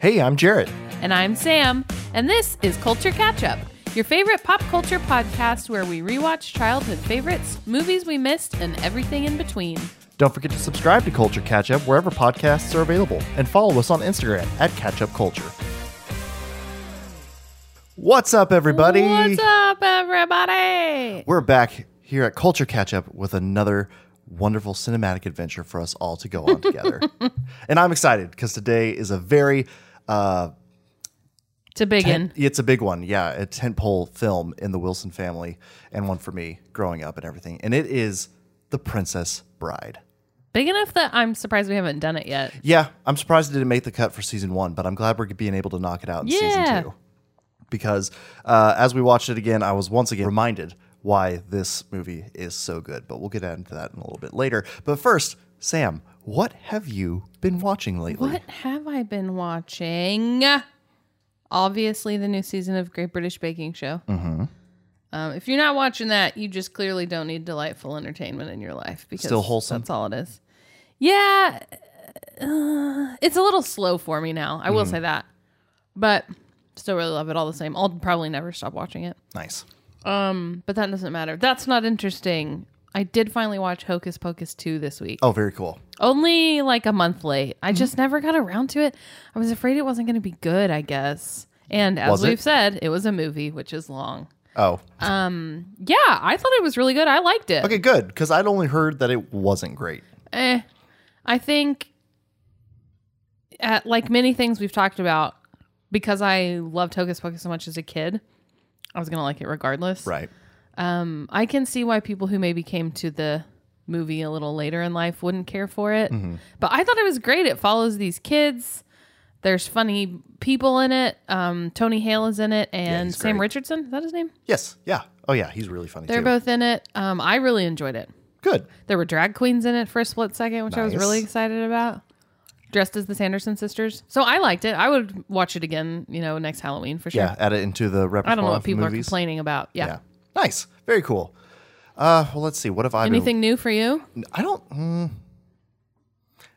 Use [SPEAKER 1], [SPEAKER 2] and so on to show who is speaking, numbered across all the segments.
[SPEAKER 1] Hey, I'm Jarrett.
[SPEAKER 2] And I'm Sam, and this is Culture Catch Up, your favorite pop culture podcast where we rewatch childhood favorites, movies we missed, and everything in between.
[SPEAKER 1] Don't forget to subscribe to Culture Catch Up wherever podcasts are available and follow us on Instagram at Catch Up Culture. What's up, everybody?
[SPEAKER 2] What's up, everybody?
[SPEAKER 1] We're back here at Culture Catch Up with another wonderful cinematic adventure for us all to go on together. and I'm excited because today is a very uh,
[SPEAKER 2] To begin.
[SPEAKER 1] It's a big one, yeah. A tentpole film in the Wilson family, and one for me growing up and everything. And it is The Princess Bride.
[SPEAKER 2] Big enough that I'm surprised we haven't done it yet.
[SPEAKER 1] Yeah, I'm surprised it didn't make the cut for season one, but I'm glad we're being able to knock it out in
[SPEAKER 2] Yeah.
[SPEAKER 1] season two. Because uh, as we watched it again, I was once again reminded why this movie is so good. But we'll get into that in a little bit later. But first, Sam, what have you been watching lately?
[SPEAKER 2] What have I been watching? Obviously, the new season of Great British Baking Show. Mm-hmm. Um, if you're not watching that, you just clearly don't need delightful entertainment in your life because
[SPEAKER 1] Still wholesome?
[SPEAKER 2] That's all it is. Yeah, uh, it's a little slow for me now. I
[SPEAKER 1] Mm.
[SPEAKER 2] will say that, but still really love it all the same. I'll probably never stop watching it,
[SPEAKER 1] Nice.
[SPEAKER 2] but that doesn't matter. That's not interesting. I did finally watch Hocus Pocus 2 this week
[SPEAKER 1] Oh, very cool.
[SPEAKER 2] only like a month late.
[SPEAKER 1] Mm-hmm.
[SPEAKER 2] I just never got around to it. I was afraid it wasn't going to be good, I guess. And as
[SPEAKER 1] Was it?
[SPEAKER 2] we've said, it was a movie, which is long.
[SPEAKER 1] Oh,
[SPEAKER 2] Um, Yeah, I thought it was really good. I liked it.
[SPEAKER 1] okay, good. Because I'd only heard that it wasn't great.
[SPEAKER 2] Eh, I think, uh like many things we've talked about, because I loved Hocus Pocus so much as a kid, I was going to like it regardless.
[SPEAKER 1] Right.
[SPEAKER 2] Um, I can see why people who maybe came to the movie a little later in life wouldn't care for it.
[SPEAKER 1] Mm-hmm.
[SPEAKER 2] But I thought it was great. It follows these kids. There's funny people in it. Um, Tony Hale is in it, and
[SPEAKER 1] he's
[SPEAKER 2] Sam
[SPEAKER 1] great.
[SPEAKER 2] Richardson. Is that his name?
[SPEAKER 1] Yes. Yeah. Oh, yeah. He's really funny
[SPEAKER 2] They're
[SPEAKER 1] too.
[SPEAKER 2] both in it. Um, I really enjoyed it.
[SPEAKER 1] Good.
[SPEAKER 2] There were drag queens in it for a split second, which I was
[SPEAKER 1] Nice.
[SPEAKER 2] really excited about. Dressed as the Sanderson sisters, so I liked it. I would watch it again, you know, next Halloween for sure.
[SPEAKER 1] Yeah. Add it into the repertoire.
[SPEAKER 2] I don't know what
[SPEAKER 1] of
[SPEAKER 2] people are
[SPEAKER 1] movies.
[SPEAKER 2] complaining about. Yeah.
[SPEAKER 1] Yeah. Nice. Very cool. Uh, well, let's see. What have I been?
[SPEAKER 2] Anything new for you?
[SPEAKER 1] I don't. Mm,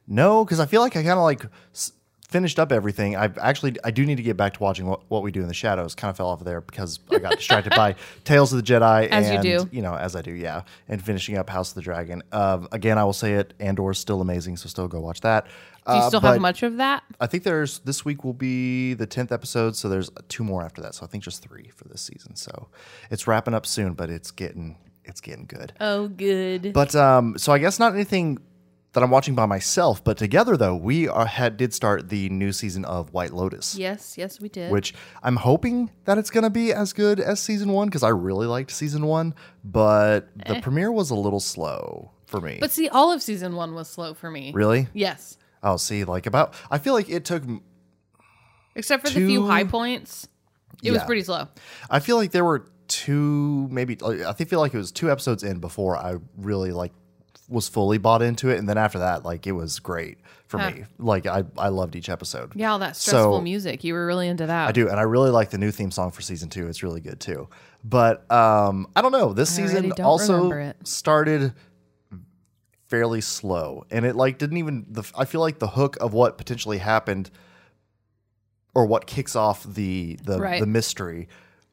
[SPEAKER 1] no, because I feel like I kind of like s- finished up everything. I've actually I do need to get back to watching what, what we do in the shadows. Kind of fell off there because I got distracted by Tales of the Jedi.
[SPEAKER 2] As you
[SPEAKER 1] and,
[SPEAKER 2] do.
[SPEAKER 1] you know, as I do, yeah. And finishing up House of the Dragon. Um, again, I will say it. Andor's still amazing, so still go watch that.
[SPEAKER 2] Do you
[SPEAKER 1] Uh,
[SPEAKER 2] still
[SPEAKER 1] but
[SPEAKER 2] have much of that?
[SPEAKER 1] I think there's this week will be the tenth episode, so there's two more after that. So I think just three for this season. So it's wrapping up soon, but it's getting it's getting good.
[SPEAKER 2] Oh, good.
[SPEAKER 1] But um, so I guess not anything that I'm watching by myself, but together though we are, had did start the new season of White Lotus,
[SPEAKER 2] Yes, yes, we did.
[SPEAKER 1] which I'm hoping that it's gonna be as good as season one because I really liked season one, but the premiere was a little slow for me.
[SPEAKER 2] but see, all of season one was slow for me.
[SPEAKER 1] really?
[SPEAKER 2] Yes,
[SPEAKER 1] Oh, see, like about I feel like it took
[SPEAKER 2] except for the
[SPEAKER 1] Two-
[SPEAKER 2] few high points, it was
[SPEAKER 1] Yeah.
[SPEAKER 2] pretty slow.
[SPEAKER 1] I feel like there were two, maybe like, I think feel like it was two episodes in before I really like was fully bought into it, and then after that, like it was great for me. Like I, I loved each episode.
[SPEAKER 2] Yeah, all that
[SPEAKER 1] So-
[SPEAKER 2] stressful music. You were really into that.
[SPEAKER 1] I do, and I really like the new theme song for season two. It's really good too. But um, I don't know. This
[SPEAKER 2] I already
[SPEAKER 1] season
[SPEAKER 2] don't remember
[SPEAKER 1] also
[SPEAKER 2] it.
[SPEAKER 1] started fairly slow, and it like didn't even. The, I feel like the hook of what potentially happened, or what kicks off the the,
[SPEAKER 2] Right.
[SPEAKER 1] the mystery,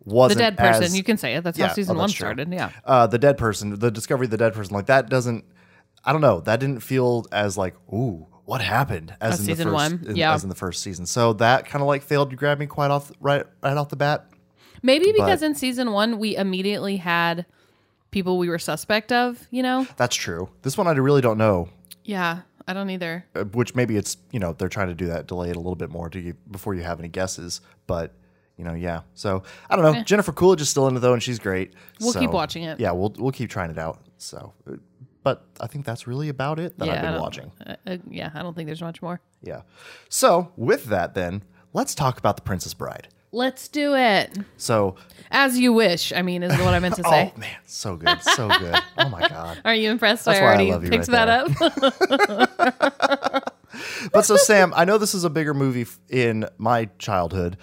[SPEAKER 2] The
[SPEAKER 1] wasn't
[SPEAKER 2] dead person.
[SPEAKER 1] as-
[SPEAKER 2] you can say it. That's
[SPEAKER 1] yeah,
[SPEAKER 2] how season
[SPEAKER 1] oh,
[SPEAKER 2] one
[SPEAKER 1] that's true.
[SPEAKER 2] started. Yeah.
[SPEAKER 1] uh, the dead person, the discovery of the dead person, like that doesn't. I don't know. That didn't feel as like ooh, what happened as,
[SPEAKER 2] As
[SPEAKER 1] in
[SPEAKER 2] season
[SPEAKER 1] the first,
[SPEAKER 2] one,
[SPEAKER 1] in-
[SPEAKER 2] yeah.
[SPEAKER 1] as in the first season. So that kind of like failed to grab me quite off right right off the bat.
[SPEAKER 2] Maybe because in season one we immediately had people we were suspect of. You know.
[SPEAKER 1] That's true. This one I really don't know.
[SPEAKER 2] Yeah, I don't either.
[SPEAKER 1] uh, Which maybe it's you know they're trying to do that delay it a little bit more to you before you have any guesses. But you know yeah. So I don't know. Jennifer Coolidge is still in it though, and she's great.
[SPEAKER 2] We'll
[SPEAKER 1] So,
[SPEAKER 2] keep watching it.
[SPEAKER 1] Yeah, we'll we'll keep trying it out. So. uh, But I think that's really about it that
[SPEAKER 2] yeah,
[SPEAKER 1] I've
[SPEAKER 2] I
[SPEAKER 1] been
[SPEAKER 2] don't-
[SPEAKER 1] watching.
[SPEAKER 2] uh, uh, yeah, I don't think there's much more.
[SPEAKER 1] Yeah. So with that, then let's talk about the Princess Bride.
[SPEAKER 2] Let's do it
[SPEAKER 1] So,
[SPEAKER 2] as you wish. I mean, is what I meant to say.
[SPEAKER 1] oh man, so good, so good. Oh my god.
[SPEAKER 2] Are you impressed?
[SPEAKER 1] That's
[SPEAKER 2] I
[SPEAKER 1] why I
[SPEAKER 2] already
[SPEAKER 1] love you
[SPEAKER 2] picked
[SPEAKER 1] right
[SPEAKER 2] that up.
[SPEAKER 1] But so Sam, I know this is a bigger movie f- in my childhood.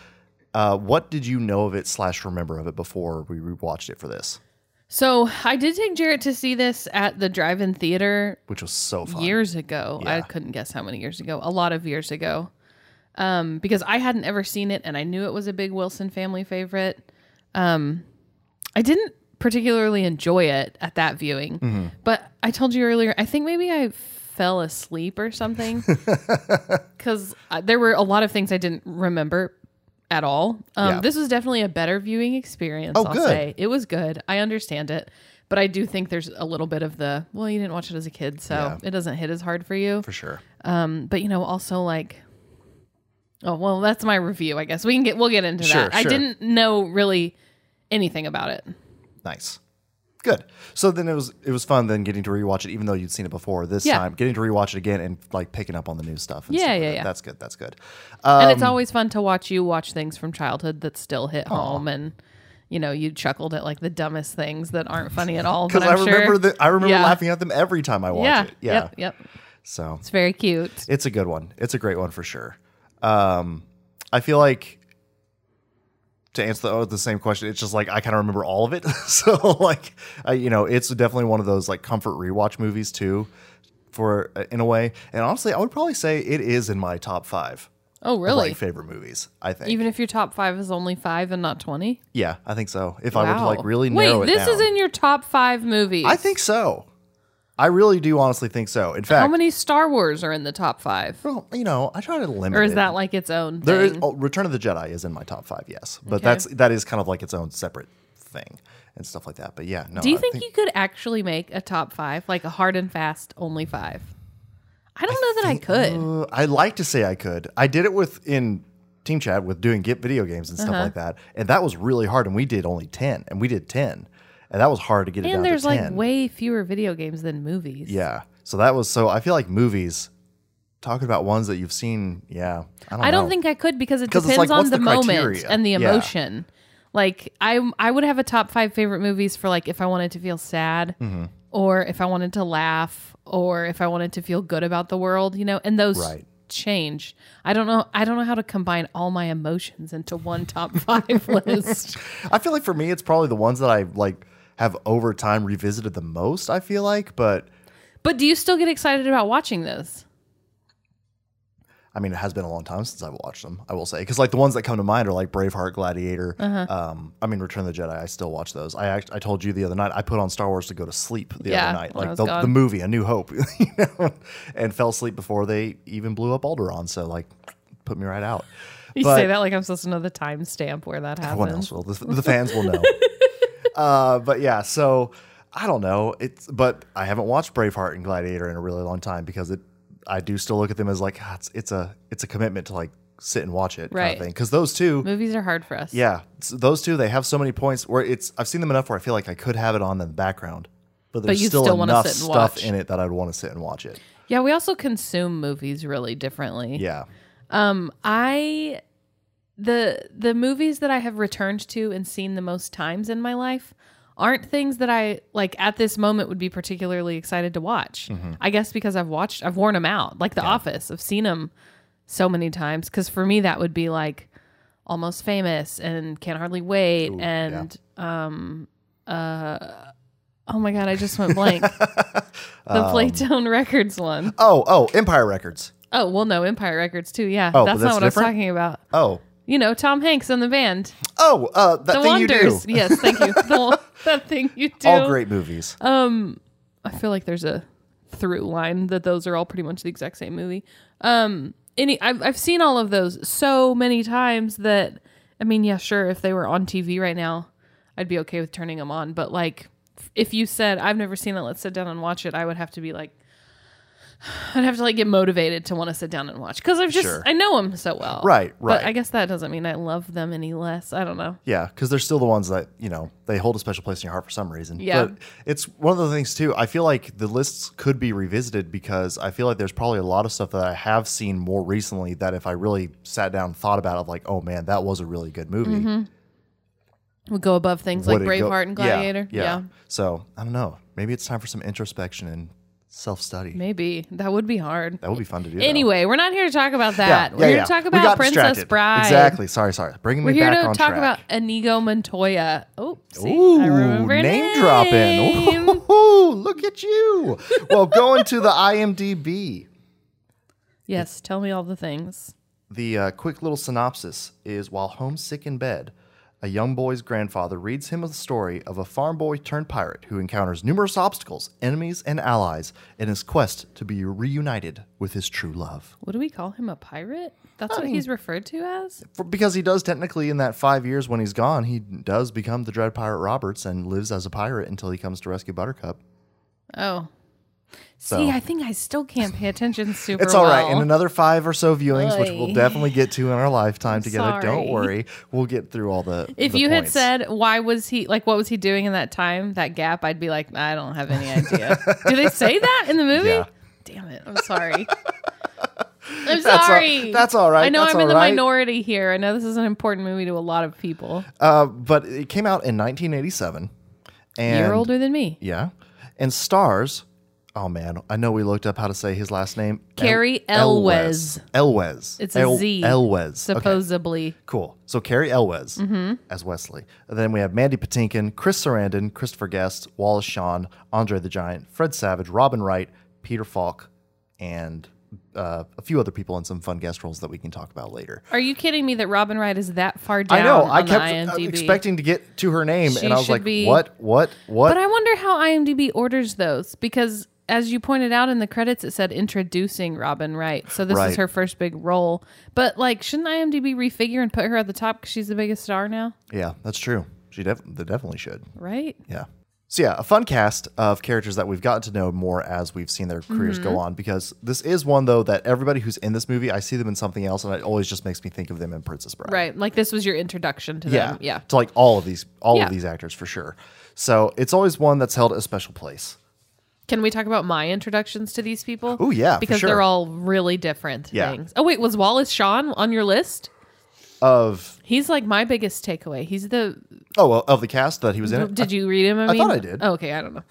[SPEAKER 1] Uh, what did you know of it slash remember of it before we rewatched it for this,
[SPEAKER 2] So I did take Jarrett to see this at the drive-in theater
[SPEAKER 1] which was so fun.
[SPEAKER 2] years ago. I
[SPEAKER 1] Yeah.
[SPEAKER 2] couldn't guess how many years ago. A lot of years ago. um, because I hadn't ever seen it and I knew it was a big Wilson family favorite. Um, I didn't particularly enjoy it at that viewing,
[SPEAKER 1] Mm-hmm.
[SPEAKER 2] but I told you earlier, I think maybe I fell asleep or something because there were a lot of things I didn't remember at all. Um,
[SPEAKER 1] Yeah.
[SPEAKER 2] This was definitely a better viewing experience.
[SPEAKER 1] Oh,
[SPEAKER 2] I'll
[SPEAKER 1] good.
[SPEAKER 2] say it was good. I understand it. But I do think there's a little bit of the well, you didn't watch it as a kid, so
[SPEAKER 1] Yeah.
[SPEAKER 2] it doesn't hit as hard for you
[SPEAKER 1] for sure.
[SPEAKER 2] but you know also like oh well that's my review i guess we can get we'll get into
[SPEAKER 1] Sure,
[SPEAKER 2] that i
[SPEAKER 1] sure.
[SPEAKER 2] didn't know really anything about it
[SPEAKER 1] Nice. Good. So then it was it was fun then getting to rewatch it, even though you'd seen it before this
[SPEAKER 2] Yeah.
[SPEAKER 1] time, getting to rewatch it again and like picking up on the new stuff. And
[SPEAKER 2] Yeah,
[SPEAKER 1] stuff like
[SPEAKER 2] yeah,
[SPEAKER 1] that.
[SPEAKER 2] yeah.
[SPEAKER 1] That's good. That's good.
[SPEAKER 2] and
[SPEAKER 1] Um,
[SPEAKER 2] it's always fun to watch you watch things from childhood that still hit home and you know you chuckled at like the dumbest things that aren't funny at all
[SPEAKER 1] Because
[SPEAKER 2] because
[SPEAKER 1] I remember the, I remember
[SPEAKER 2] Yeah.
[SPEAKER 1] laughing at them every time I watch
[SPEAKER 2] yeah
[SPEAKER 1] it. Yeah.
[SPEAKER 2] yep yep
[SPEAKER 1] So
[SPEAKER 2] it's very cute
[SPEAKER 1] it's a good one. It's a great one for sure. Um, I feel like to answer the, oh, the same question, it's just like I kind of remember all of it. so like, I, you know, it's definitely one of those like comfort rewatch movies too, for uh, in a way. And honestly, I would probably say it is in my top five
[SPEAKER 2] oh
[SPEAKER 1] of,
[SPEAKER 2] really
[SPEAKER 1] like favorite movies. I think.
[SPEAKER 2] even if your top five is only five and not 20
[SPEAKER 1] yeah, I think so. If I were to like really
[SPEAKER 2] wait
[SPEAKER 1] narrow it
[SPEAKER 2] this
[SPEAKER 1] down,
[SPEAKER 2] is in your top five movies
[SPEAKER 1] I think so. I really do honestly think so. In fact,
[SPEAKER 2] how many star wars are in the top five
[SPEAKER 1] well, you know, I try to limit.
[SPEAKER 2] or is
[SPEAKER 1] it.
[SPEAKER 2] that like its own
[SPEAKER 1] There is
[SPEAKER 2] thing?
[SPEAKER 1] oh, Return of the Jedi is in my top five, yes, but
[SPEAKER 2] Okay.
[SPEAKER 1] that's that is kind of like its own separate thing and stuff like that. But yeah, no.
[SPEAKER 2] Do you
[SPEAKER 1] I
[SPEAKER 2] think, you could actually make a top five, like a hard and fast only five? I don't know that I could.
[SPEAKER 1] Uh, I like to say I could. I did it with in Team Chat with doing Git video games and stuff
[SPEAKER 2] Uh-huh.
[SPEAKER 1] like that, and that was really hard. And we did only ten, and we did ten, and that was hard to get it down
[SPEAKER 2] and there's
[SPEAKER 1] to
[SPEAKER 2] like
[SPEAKER 1] ten.
[SPEAKER 2] way fewer video games than movies.
[SPEAKER 1] yeah, so that was so. I feel like movies talking about ones that you've seen. Yeah, I don't.
[SPEAKER 2] I don't
[SPEAKER 1] know.
[SPEAKER 2] think I could because it
[SPEAKER 1] 'Cause it's
[SPEAKER 2] depends
[SPEAKER 1] like,
[SPEAKER 2] on
[SPEAKER 1] what's
[SPEAKER 2] the,
[SPEAKER 1] the
[SPEAKER 2] moment
[SPEAKER 1] criteria?
[SPEAKER 2] and the
[SPEAKER 1] Yeah.
[SPEAKER 2] emotion. Like I, I would have a top five favorite movies for like if I wanted to feel sad,
[SPEAKER 1] Mm-hmm.
[SPEAKER 2] or if I wanted to laugh, or if I wanted to feel good about the world. You know, and those
[SPEAKER 1] Right.
[SPEAKER 2] change. I don't know. I don't know how to combine all my emotions into one top five list.
[SPEAKER 1] I feel like for me, it's probably the ones that I like have over time revisited the most. I feel like, but.
[SPEAKER 2] But do you still get excited about watching those?
[SPEAKER 1] I mean, it has been a long time since I've watched them. I will say, because like the ones that come to mind are like Braveheart, Gladiator.
[SPEAKER 2] Uh-huh.
[SPEAKER 1] Um, I mean, Return of the Jedi. I still watch those. I act, I told you the other night I put on Star Wars to go to sleep the
[SPEAKER 2] Yeah,
[SPEAKER 1] other night,
[SPEAKER 2] when
[SPEAKER 1] like
[SPEAKER 2] I was
[SPEAKER 1] the,
[SPEAKER 2] gone.
[SPEAKER 1] the movie A New Hope, you know, and fell asleep before they even blew up Alderaan. So like, put me right out.
[SPEAKER 2] You
[SPEAKER 1] But-
[SPEAKER 2] say that like I'm supposed to know the timestamp where that
[SPEAKER 1] Everyone
[SPEAKER 2] happened.
[SPEAKER 1] else will. The, the fans will know. uh, but yeah, so I don't know. It's but I haven't watched Braveheart and Gladiator in a really long time because it. I do still look at them as like "Ah, it's it's a it's a commitment to like sit and watch it kind
[SPEAKER 2] Right.
[SPEAKER 1] of thing because those two
[SPEAKER 2] Movies are hard for us.
[SPEAKER 1] yeah s- those two they have so many points where it's I've seen them enough where I feel like I could have it on in the background but there's
[SPEAKER 2] you
[SPEAKER 1] still,
[SPEAKER 2] still wanna
[SPEAKER 1] enough
[SPEAKER 2] sit and
[SPEAKER 1] stuff
[SPEAKER 2] watch.
[SPEAKER 1] in it that I'd want to sit and watch it
[SPEAKER 2] Yeah, we also consume movies really differently.
[SPEAKER 1] yeah
[SPEAKER 2] Um, I the the movies that I have returned to and seen the most times in my life aren't things that I like at this moment would be particularly excited to watch.
[SPEAKER 1] Mm-hmm.
[SPEAKER 2] I guess because I've watched I've worn them out. Like The Office, I've seen them so many times cuz for me that would be like Almost Famous and Can't Hardly Wait and um uh oh my god, I just went blank. the
[SPEAKER 1] Um,
[SPEAKER 2] Playtone Records one.
[SPEAKER 1] oh oh Empire Records
[SPEAKER 2] Oh, well no, Empire Records too. Yeah.
[SPEAKER 1] Oh, but
[SPEAKER 2] that's, not
[SPEAKER 1] that's
[SPEAKER 2] what I
[SPEAKER 1] different?
[SPEAKER 2] was talking about
[SPEAKER 1] oh
[SPEAKER 2] you know, Tom Hanks and the band,
[SPEAKER 1] oh uh, that
[SPEAKER 2] The
[SPEAKER 1] thing you
[SPEAKER 2] Wonders.
[SPEAKER 1] do
[SPEAKER 2] Yes, thank you. The, that thing you do.
[SPEAKER 1] all great movies
[SPEAKER 2] I feel like there's a through line that those are all pretty much the exact same movie. Um, any, I've I've seen all of those so many times that I mean, yeah, sure, if they were on TV right now, I'd be okay with turning them on. But like, if you said I've never seen it, let's sit down and watch it, I would have to be like. I'd have to like get motivated to want to sit down and watch because I've just
[SPEAKER 1] Sure.
[SPEAKER 2] I know them so well,
[SPEAKER 1] Right, right.
[SPEAKER 2] But I guess that doesn't mean I love them any less. I don't know.
[SPEAKER 1] Yeah, because they're still the ones that you know they hold a special place in your heart for some reason.
[SPEAKER 2] Yeah.
[SPEAKER 1] but it's one of the things too. I feel like the lists could be revisited because I feel like there's probably a lot of stuff that I have seen more recently that if I really sat down and thought about, it, like, oh man, that was a really good movie.
[SPEAKER 2] would go above things
[SPEAKER 1] Would
[SPEAKER 2] Mm-hmm. like
[SPEAKER 1] it go-
[SPEAKER 2] Braveheart and
[SPEAKER 1] Yeah,
[SPEAKER 2] Gladiator. Yeah,
[SPEAKER 1] So I don't know. Maybe it's time for some introspection and self study.
[SPEAKER 2] maybe that would be hard.
[SPEAKER 1] That would be fun to do. though.
[SPEAKER 2] Anyway, we're not here to talk
[SPEAKER 1] yeah,
[SPEAKER 2] about that.
[SPEAKER 1] yeah,
[SPEAKER 2] we're here
[SPEAKER 1] yeah.
[SPEAKER 2] to talk
[SPEAKER 1] We
[SPEAKER 2] about
[SPEAKER 1] got
[SPEAKER 2] Princess
[SPEAKER 1] distracted.
[SPEAKER 2] Bride.
[SPEAKER 1] Exactly. Sorry, sorry. Bringing
[SPEAKER 2] We're
[SPEAKER 1] me
[SPEAKER 2] here
[SPEAKER 1] back
[SPEAKER 2] to
[SPEAKER 1] on
[SPEAKER 2] talk
[SPEAKER 1] track.
[SPEAKER 2] about Inigo Montoya. Oh, see, I
[SPEAKER 1] Ooh,
[SPEAKER 2] remember her
[SPEAKER 1] name,
[SPEAKER 2] name.
[SPEAKER 1] dropping. Ooh, look at you. Well, going to the IMDb.
[SPEAKER 2] Yes, tell me all the things.
[SPEAKER 1] The uh, quick little synopsis is while homesick in bed, a young boy's grandfather reads him the story of a farm boy turned pirate who encounters numerous obstacles, enemies, and allies in his quest to be reunited with his true love.
[SPEAKER 2] What do we call him? A pirate? That's
[SPEAKER 1] Oh.
[SPEAKER 2] what he's referred to as?
[SPEAKER 1] For, because he does technically, in that five years when he's gone, he does become the Dread Pirate Roberts and lives as a pirate until he comes to rescue Buttercup.
[SPEAKER 2] Oh.
[SPEAKER 1] So-
[SPEAKER 2] See, I think I still can't pay attention super
[SPEAKER 1] It's all right.
[SPEAKER 2] well.
[SPEAKER 1] In another five or so viewings, which we'll
[SPEAKER 2] Oy.
[SPEAKER 1] definitely get to in our lifetime together. Don't
[SPEAKER 2] sorry.
[SPEAKER 1] worry, we'll get through all the.
[SPEAKER 2] if
[SPEAKER 1] the
[SPEAKER 2] you
[SPEAKER 1] points.
[SPEAKER 2] had said why was he like what was he doing in that time that gap i'd be like i don't have any idea do they say that in the movie
[SPEAKER 1] Yeah.
[SPEAKER 2] damn it i'm sorry i'm
[SPEAKER 1] all-
[SPEAKER 2] sorry
[SPEAKER 1] that's all right,
[SPEAKER 2] i know
[SPEAKER 1] that's
[SPEAKER 2] i'm in
[SPEAKER 1] all
[SPEAKER 2] the
[SPEAKER 1] right.
[SPEAKER 2] minority here i know this is an important movie to a lot of people
[SPEAKER 1] uh, but it came out in 1987, and
[SPEAKER 2] you're older than me
[SPEAKER 1] yeah, and stars. Oh man, I know we looked up how to say his last name. El-
[SPEAKER 2] Carrie
[SPEAKER 1] Elwes.
[SPEAKER 2] It's a
[SPEAKER 1] El-
[SPEAKER 2] Z.
[SPEAKER 1] Elwes. Okay.
[SPEAKER 2] supposedly
[SPEAKER 1] Cool. So Carrie Elwes
[SPEAKER 2] Mm-hmm.
[SPEAKER 1] as Wesley. And then we have Mandy Patinkin, Chris Sarandon, Christopher Guest, Wallace Shawn, Andre the Giant, Fred Savage, Robin Wright, Peter Falk, and uh, a few other people in some fun guest roles that we can talk about later.
[SPEAKER 2] are you kidding me that robin wright is that far down
[SPEAKER 1] I know.
[SPEAKER 2] on
[SPEAKER 1] I
[SPEAKER 2] the
[SPEAKER 1] kept uh,
[SPEAKER 2] imdb
[SPEAKER 1] expecting to get to her name,
[SPEAKER 2] She
[SPEAKER 1] and I was
[SPEAKER 2] should
[SPEAKER 1] like,
[SPEAKER 2] be-
[SPEAKER 1] "What? What? What?"
[SPEAKER 2] But I wonder how IMDb orders those because, as you pointed out in the credits, it said introducing Robin Wright. So this
[SPEAKER 1] Right.
[SPEAKER 2] is her first big role. But like, shouldn't IMDb refigure and put her at the top because she's the biggest star now,
[SPEAKER 1] yeah, that's true. She def- they definitely should.
[SPEAKER 2] right?
[SPEAKER 1] Yeah. So yeah, a fun cast of characters that we've gotten to know more as we've seen their careers
[SPEAKER 2] Mm-hmm.
[SPEAKER 1] go on. Because this is one though that everybody who's in this movie, I see them in something else, and it always just makes me think of them in Princess Bride.
[SPEAKER 2] Right. Like this was your introduction to
[SPEAKER 1] Yeah.
[SPEAKER 2] them. Yeah.
[SPEAKER 1] To like all of these, all
[SPEAKER 2] Yeah.
[SPEAKER 1] of these actors for sure. So it's always one that's held a special place.
[SPEAKER 2] Can we talk about my introductions to these people?
[SPEAKER 1] Ooh, yeah, for
[SPEAKER 2] because
[SPEAKER 1] sure.
[SPEAKER 2] they're all really different
[SPEAKER 1] Yeah.
[SPEAKER 2] things. Oh wait, was Wallace Shawn on your list?
[SPEAKER 1] Of
[SPEAKER 2] He's like my biggest takeaway. He's the.
[SPEAKER 1] oh, well, of the cast that he was in. it?
[SPEAKER 2] Did you read him? I, mean?
[SPEAKER 1] thought I did.
[SPEAKER 2] Oh, okay, I don't know.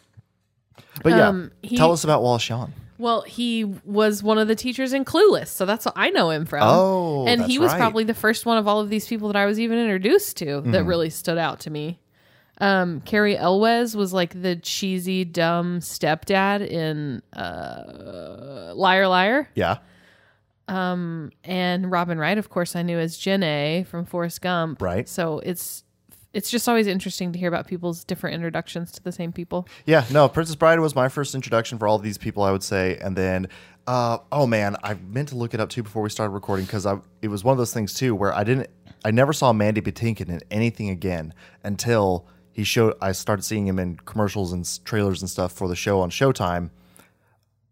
[SPEAKER 1] But yeah,
[SPEAKER 2] um, he-
[SPEAKER 1] tell us about Wallace Shawn.
[SPEAKER 2] Well, he was one of the teachers in Clueless, so that's what I know him from.
[SPEAKER 1] Oh,
[SPEAKER 2] and
[SPEAKER 1] that's
[SPEAKER 2] he was
[SPEAKER 1] right.
[SPEAKER 2] probably the first one of all of these people that I was even introduced to
[SPEAKER 1] Mm-hmm.
[SPEAKER 2] that really stood out to me. Um, Carrie Elwes was like the cheesy, dumb stepdad in uh, Liar Liar,
[SPEAKER 1] Yeah.
[SPEAKER 2] and Robin Wright, of course, I knew as Jen A from Forrest Gump.
[SPEAKER 1] Right.
[SPEAKER 2] So it's it's just always interesting to hear about people's different introductions to the same people.
[SPEAKER 1] Yeah, no, Princess Bride was my first introduction for all these people, I would say. And then, uh, oh man, I meant to look it up too before we started recording because I it was one of those things too where I didn't, I never saw Mandy Patinkin in anything again until he showed. I started seeing him in commercials and s- trailers and stuff for the show on Showtime.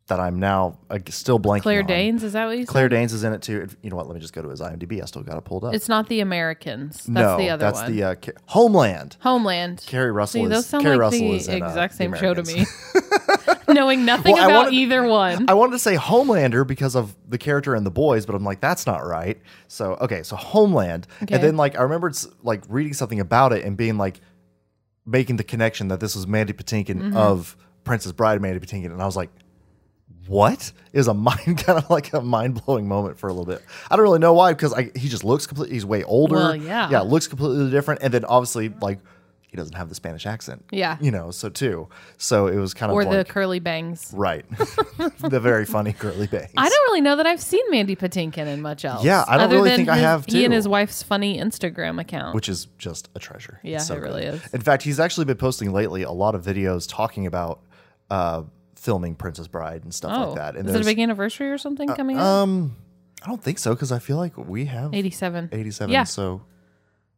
[SPEAKER 1] That I'm now uh, still blanking.
[SPEAKER 2] Claire
[SPEAKER 1] on.
[SPEAKER 2] Danes, is that what you said?
[SPEAKER 1] Claire Danes is in it too. If- You know what? Let me just go to his IMDb. I still got it pulled up.
[SPEAKER 2] It's not the Americans. That's
[SPEAKER 1] no,
[SPEAKER 2] the other
[SPEAKER 1] that's
[SPEAKER 2] one.
[SPEAKER 1] the uh, Ca- Homeland.
[SPEAKER 2] Homeland.
[SPEAKER 1] Carrie Russell
[SPEAKER 2] See,
[SPEAKER 1] is-
[SPEAKER 2] those sound
[SPEAKER 1] Carrie
[SPEAKER 2] like
[SPEAKER 1] Russell
[SPEAKER 2] the
[SPEAKER 1] is in, uh,
[SPEAKER 2] exact
[SPEAKER 1] The
[SPEAKER 2] same show to me.
[SPEAKER 1] Americans.
[SPEAKER 2] Knowing nothing
[SPEAKER 1] Well, I
[SPEAKER 2] about
[SPEAKER 1] wanted-
[SPEAKER 2] either one.
[SPEAKER 1] I wanted to say Homelander because of the character in The Boys, but I'm like, that's not right. So okay, so Homeland,
[SPEAKER 2] Okay.
[SPEAKER 1] and then like I remember it's like reading something about it and being like making the connection that this was Mandy Patinkin
[SPEAKER 2] Mm-hmm.
[SPEAKER 1] of Princess Bride, Mandy Patinkin, and I was like, what? It was a mind kind of like a mind blowing moment for a little bit. I don't really know why because I, he just looks completely. He's way older.
[SPEAKER 2] Well, yeah.
[SPEAKER 1] yeah, looks completely different, and then obviously like he doesn't have the Spanish accent.
[SPEAKER 2] Yeah.
[SPEAKER 1] you know, so too. So it was kind
[SPEAKER 2] or
[SPEAKER 1] of like,
[SPEAKER 2] the curly bangs.
[SPEAKER 1] Right. the very funny curly bangs.
[SPEAKER 2] I don't really know that I've seen Mandy Patinkin in much else.
[SPEAKER 1] Yeah, I don't
[SPEAKER 2] other
[SPEAKER 1] really
[SPEAKER 2] than
[SPEAKER 1] think I
[SPEAKER 2] his-
[SPEAKER 1] have,
[SPEAKER 2] He and
[SPEAKER 1] too.
[SPEAKER 2] his wife's funny Instagram account.
[SPEAKER 1] Which is just a treasure.
[SPEAKER 2] Yeah,
[SPEAKER 1] It's
[SPEAKER 2] it really
[SPEAKER 1] good.
[SPEAKER 2] is.
[SPEAKER 1] In fact, he's actually been posting lately a lot of videos talking about uh, filming Princess Bride and stuff
[SPEAKER 2] oh,
[SPEAKER 1] like that. And
[SPEAKER 2] is it a
[SPEAKER 1] there's-
[SPEAKER 2] big anniversary or something coming up?
[SPEAKER 1] um, I don't think so because I feel like we have
[SPEAKER 2] 87.
[SPEAKER 1] 87.
[SPEAKER 2] Yeah.
[SPEAKER 1] So,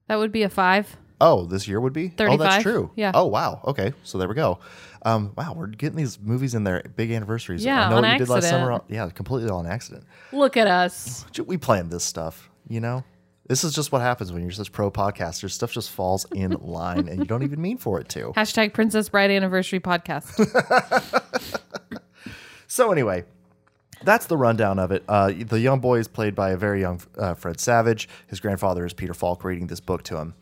[SPEAKER 2] That would be a five.
[SPEAKER 1] oh, this year would be? Oh, that's
[SPEAKER 2] 35,
[SPEAKER 1] true.
[SPEAKER 2] yeah.
[SPEAKER 1] Oh, wow. Okay. So there we go. Um, wow, we're getting these movies in their big anniversaries.
[SPEAKER 2] Yeah,
[SPEAKER 1] I know
[SPEAKER 2] on
[SPEAKER 1] what you did last summer.
[SPEAKER 2] accident.
[SPEAKER 1] Yeah, completely on accident.
[SPEAKER 2] Look at us.
[SPEAKER 1] we planned this stuff, you know? This is just what happens when you're such pro podcasters. Stuff just falls in line and you don't even mean for it to.
[SPEAKER 2] Hashtag Princess Bride Anniversary Podcast.
[SPEAKER 1] So, anyway, that's the rundown of it. Uh, the young boy is played by a very young uh, Fred Savage. His grandfather is Peter Falk reading this book to him.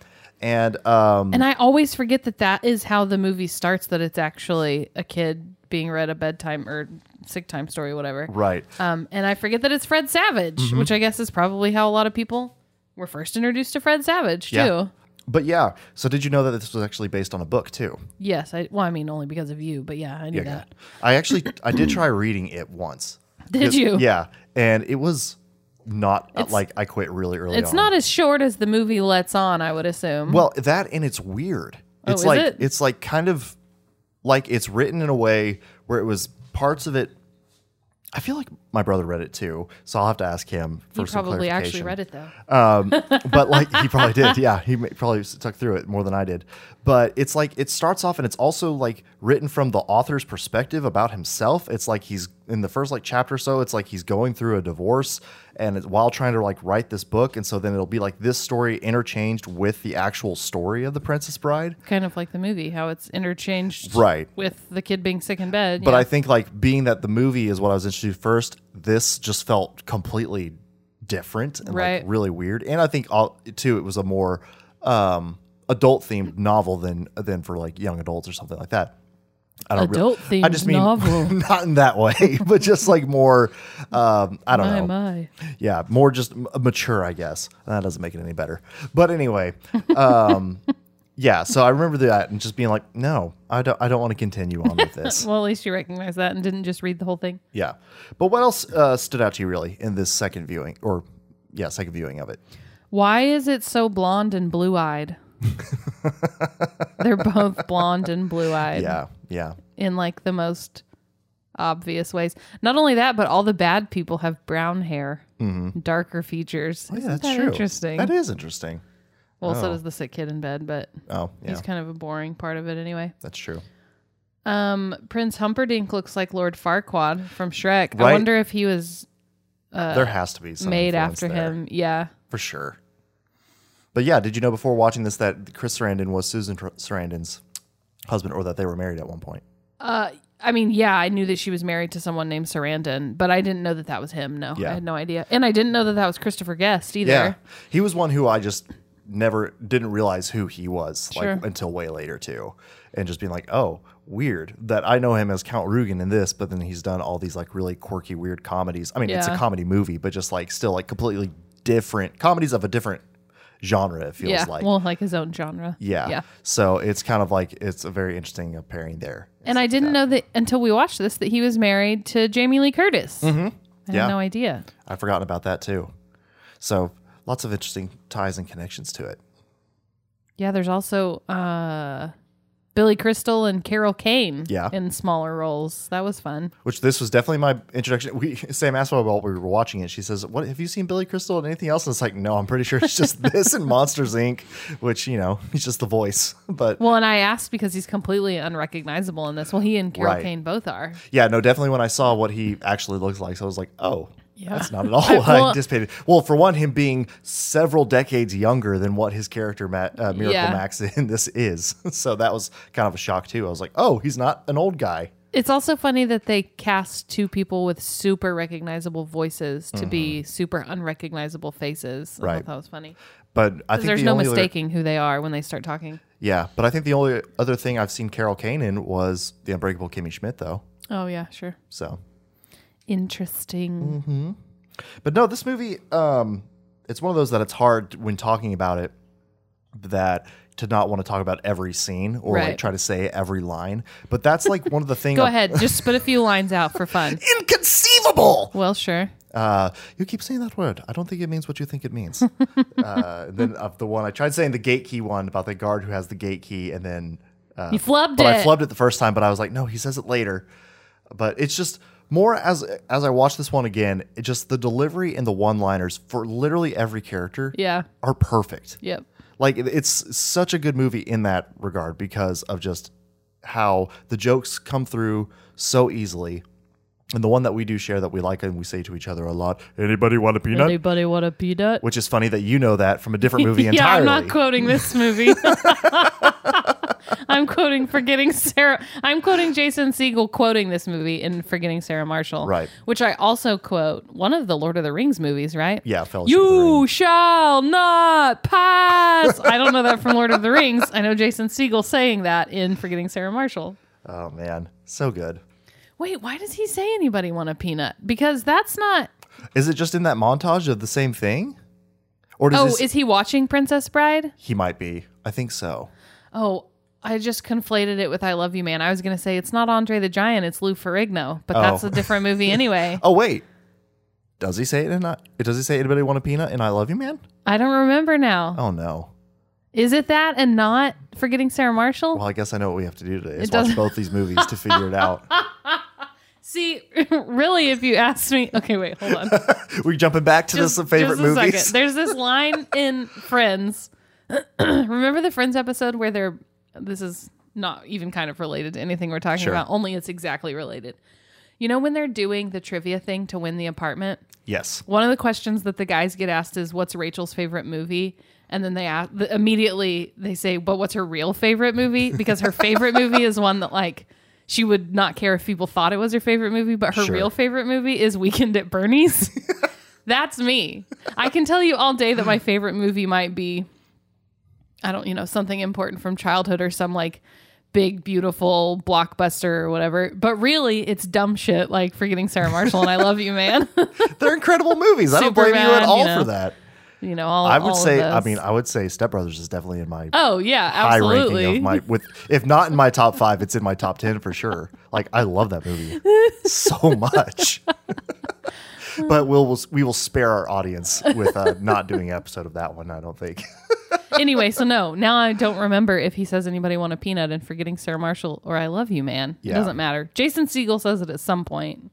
[SPEAKER 1] And um,
[SPEAKER 2] and I always forget that that is how the movie starts, that it's actually a kid being read a bedtime or sick time story, whatever.
[SPEAKER 1] right,
[SPEAKER 2] Um, and I forget that it's Fred Savage,
[SPEAKER 1] Mm-hmm.
[SPEAKER 2] which I guess is probably how a lot of people were first introduced to Fred Savage too.
[SPEAKER 1] Yeah. but yeah. So, did you know that this was actually based on a book too?
[SPEAKER 2] Yes, I well, I mean only because of you, but yeah, I knew that.
[SPEAKER 1] I actually I did try reading it once.
[SPEAKER 2] Did
[SPEAKER 1] Because-
[SPEAKER 2] you?
[SPEAKER 1] Yeah, and it was not uh, like I quit really early.
[SPEAKER 2] It's
[SPEAKER 1] on.
[SPEAKER 2] not as short as the movie lets on, I would assume.
[SPEAKER 1] Well, that and it's weird. It's
[SPEAKER 2] Mm-hmm. Oh, is
[SPEAKER 1] like
[SPEAKER 2] it?
[SPEAKER 1] it's like kind of like it's written in a way where it was parts of it. I feel like my brother read it too, so I'll have to ask him for
[SPEAKER 2] you
[SPEAKER 1] some
[SPEAKER 2] probably actually
[SPEAKER 1] clarification.
[SPEAKER 2] read it though.
[SPEAKER 1] but like he probably did. Yeah, he ma- probably s- took through it more than I did. But it's like it starts off and it's also like written from the author's perspective about himself. It's like he's in the first like chapter or so. It's like he's going through a divorce and it's while trying to like write this book. And so then it'll be like this story interchanged with the actual story of the Princess Bride.
[SPEAKER 2] kind of like the movie, how it's interchanged
[SPEAKER 1] Right.
[SPEAKER 2] with the kid being sick in bed.
[SPEAKER 1] But
[SPEAKER 2] yeah.
[SPEAKER 1] I think like being that the movie is what I was introduced first, this just felt completely different and
[SPEAKER 2] Right.
[SPEAKER 1] like really weird. And I think all, too, it was a more um, adult themed novel than than for like young adults or something like that. I don't really-
[SPEAKER 2] Adult-themed
[SPEAKER 1] I just mean
[SPEAKER 2] novel.
[SPEAKER 1] not in that way, but just like more. Um, I don't
[SPEAKER 2] Oh, my
[SPEAKER 1] know.
[SPEAKER 2] my.
[SPEAKER 1] Yeah, more just m- mature, I guess. That doesn't make it any better. But anyway, um, yeah. So I remember that and just being like, no, I don't. I don't want to continue on with this.
[SPEAKER 2] Well, at least you recognize that and didn't just read the whole thing.
[SPEAKER 1] Yeah. But what else uh, stood out to you really in this second viewing or yeah, second viewing of it?
[SPEAKER 2] Why is it so blonde and blue eyed? They're both blonde and blue eyed
[SPEAKER 1] Yeah. Yeah.
[SPEAKER 2] in like the most obvious ways. Not only that, but all the bad people have brown hair,
[SPEAKER 1] Mm-hmm.
[SPEAKER 2] darker features.
[SPEAKER 1] Oh, Yeah,
[SPEAKER 2] Isn't
[SPEAKER 1] that's
[SPEAKER 2] that
[SPEAKER 1] true.
[SPEAKER 2] interesting?
[SPEAKER 1] That is interesting.
[SPEAKER 2] well, so does the sick kid in bed, but
[SPEAKER 1] Oh, yeah.
[SPEAKER 2] he's kind of a boring part of it anyway.
[SPEAKER 1] that's true.
[SPEAKER 2] Um, Prince Humperdinck looks like Lord Farquaad from Shrek. I
[SPEAKER 1] Right.
[SPEAKER 2] wonder if he was
[SPEAKER 1] there has to be some
[SPEAKER 2] uh, made
[SPEAKER 1] influence
[SPEAKER 2] after
[SPEAKER 1] there,
[SPEAKER 2] him. Yeah.
[SPEAKER 1] for sure. But yeah, did you know before watching this that Chris Sarandon was Susan Tr- Sarandon's husband or that they were married at one point?
[SPEAKER 2] I mean, yeah, I knew that she was married to someone named Sarandon, but I didn't know that that was him. No,
[SPEAKER 1] Yeah.
[SPEAKER 2] I had no idea. And I didn't know that that was Christopher Guest either.
[SPEAKER 1] Yeah. He was one who I just never didn't realize who he was
[SPEAKER 2] Sure.
[SPEAKER 1] like until way later too. And just being like, oh, weird that I know him as Count Rugen in this, but then he's done all these like really quirky, weird comedies. I mean, it's a
[SPEAKER 2] Yeah.
[SPEAKER 1] comedy movie, but just like still like completely different comedies of a different genre, it feels
[SPEAKER 2] Yeah,
[SPEAKER 1] like.
[SPEAKER 2] well, like his own genre.
[SPEAKER 1] yeah.
[SPEAKER 2] yeah.
[SPEAKER 1] So it's kind of like it's a very interesting uh, pairing there.
[SPEAKER 2] And I didn't know that until we watched this that he was married to Jamie Lee Curtis. Mm-hmm. I
[SPEAKER 1] Yeah.
[SPEAKER 2] had no idea.
[SPEAKER 1] I've forgotten about that too. So lots of interesting ties and connections to it.
[SPEAKER 2] Yeah, there's also uh, Billy Crystal and Carol Kane.
[SPEAKER 1] Yeah.
[SPEAKER 2] in smaller roles. That was fun.
[SPEAKER 1] which this was definitely my introduction. We Sam asked me while we were watching it. She says, "What have you seen Billy Crystal and anything else?" And it's like, no, I'm pretty sure it's just this and Monsters Inc., which you know, he's just the voice. But
[SPEAKER 2] Well, and I asked because he's completely unrecognizable in this. Well, he and Carol
[SPEAKER 1] Right.
[SPEAKER 2] Kane both are.
[SPEAKER 1] yeah, no, definitely when I saw what he actually looks like, so I was like, oh.
[SPEAKER 2] Yeah.
[SPEAKER 1] That's not at all what I
[SPEAKER 2] well-
[SPEAKER 1] anticipated. Well, for one, him being several decades younger than what his character Ma- uh, Miracle
[SPEAKER 2] Yeah.
[SPEAKER 1] Max in this is, so that was kind of a shock too. I was like, "Oh, he's not an old guy."
[SPEAKER 2] It's also funny that they cast two people with super recognizable voices to be super unrecognizable faces. I
[SPEAKER 1] Mm-hmm. Right.
[SPEAKER 2] thought that was funny.
[SPEAKER 1] But I think
[SPEAKER 2] There's
[SPEAKER 1] the
[SPEAKER 2] no
[SPEAKER 1] only other-
[SPEAKER 2] mistaking who they are when they start talking.
[SPEAKER 1] Yeah, but I think the only other thing I've seen Carol Kane in was The Unbreakable Kimmy Schmidt, though.
[SPEAKER 2] Oh yeah, sure.
[SPEAKER 1] So,
[SPEAKER 2] Interesting.
[SPEAKER 1] but no, this movie, um, it's one of those that it's hard when talking about it that to not want to talk about every scene or like
[SPEAKER 2] Right.
[SPEAKER 1] try to say every line. But that's like one of the things.
[SPEAKER 2] Go ahead, just spit a few lines out for fun.
[SPEAKER 1] Inconceivable.
[SPEAKER 2] Well, sure.
[SPEAKER 1] Uh, you keep saying that word. I don't think it means what you think it means. uh, and then of the one I tried saying the gate key one about the guard who has the gate key, and then uh,
[SPEAKER 2] You flubbed
[SPEAKER 1] but I
[SPEAKER 2] it.
[SPEAKER 1] flubbed it the first time, but I was like, no, he says it later. But it's just more as as I watch this one again, it just the delivery and the one liners for literally every character
[SPEAKER 2] Yeah.
[SPEAKER 1] are perfect.
[SPEAKER 2] Yep.
[SPEAKER 1] Like it- it's such a good movie in that regard because of just how the jokes come through so easily. And the one that we do share that we like and we say to each other a lot, anybody want a peanut?
[SPEAKER 2] Anybody want a peanut?
[SPEAKER 1] Which is funny that you know that from a different movie
[SPEAKER 2] Yeah,
[SPEAKER 1] entirely.
[SPEAKER 2] I'm not quoting this movie. I'm quoting forgetting Sarah. I'm quoting Jason Siegel quoting this movie in forgetting Sarah Marshall,
[SPEAKER 1] Right.
[SPEAKER 2] Which I also quote one of the Lord of the Rings movies, right?
[SPEAKER 1] yeah, Fellowship of the Ring.
[SPEAKER 2] You shall not pass. I don't know that from Lord of the Rings. I know Jason Siegel saying that in Forgetting Sarah Marshall.
[SPEAKER 1] Oh man, so good.
[SPEAKER 2] Wait, why does he say anybody want a peanut? Because that's not.
[SPEAKER 1] Is it just in that montage of the same thing? Or does
[SPEAKER 2] Oh,
[SPEAKER 1] this,
[SPEAKER 2] is he watching Princess Bride?
[SPEAKER 1] he might be. I think so.
[SPEAKER 2] Oh, I just conflated it with I Love You Man. I was going to say it's not Andre the Giant, it's Lou Ferrigno, but that's
[SPEAKER 1] Oh.
[SPEAKER 2] a different movie anyway.
[SPEAKER 1] Oh wait. Does he say it? And I, does he say anybody want a peanut? And I love you, man.
[SPEAKER 2] I don't remember now.
[SPEAKER 1] Oh no.
[SPEAKER 2] Is it that and not forgetting Sarah Marshall?
[SPEAKER 1] Well, I guess I know what we have to do today. Is
[SPEAKER 2] It
[SPEAKER 1] watch
[SPEAKER 2] doesn't-
[SPEAKER 1] both these movies to figure it out.
[SPEAKER 2] See, really, if you ask me, okay, wait, hold on.
[SPEAKER 1] We're jumping back to
[SPEAKER 2] Just-
[SPEAKER 1] this favorite
[SPEAKER 2] just a
[SPEAKER 1] movies.
[SPEAKER 2] second. There's this line in Friends. Remember the Friends episode where they're this is not even kind of related to anything we're talking
[SPEAKER 1] Sure.
[SPEAKER 2] about, only it's exactly related. You know when they're doing the trivia thing to win the apartment?
[SPEAKER 1] Yes.
[SPEAKER 2] One of the questions that the guys get asked is what's Rachel's favorite movie? And then they ask the, immediately they say, "But what's her real favorite movie?" Because her favorite movie is one that like she would not care if people thought it was her favorite movie, but her
[SPEAKER 1] Sure.
[SPEAKER 2] real favorite movie is Weekend at Bernie's. That's me. I can tell you all day that my favorite movie might be I don't, you know, something important from childhood or some like big beautiful blockbuster or whatever. But really, it's dumb shit like forgetting Sarah Marshall and I love you, man.
[SPEAKER 1] They're incredible movies. I don't blame you
[SPEAKER 2] Superbad,
[SPEAKER 1] at all
[SPEAKER 2] you know.
[SPEAKER 1] for that.
[SPEAKER 2] you know, all
[SPEAKER 1] I would
[SPEAKER 2] all of
[SPEAKER 1] say I
[SPEAKER 2] those.
[SPEAKER 1] mean I would say Step Brothers is definitely in my
[SPEAKER 2] oh yeah,
[SPEAKER 1] high ranking
[SPEAKER 2] absolutely.
[SPEAKER 1] of my with if not in my top 5, it's in my top 10 for sure. Like I love that movie so much. but we'll, we'll we will spare our audience with uh, not doing an episode of that one, I don't think.
[SPEAKER 2] anyway, so no, now I don't remember if he says anybody want a peanut and forgetting Sarah Marshall or I love you, man.
[SPEAKER 1] Yeah.
[SPEAKER 2] It doesn't matter. Jason Siegel says it at some point.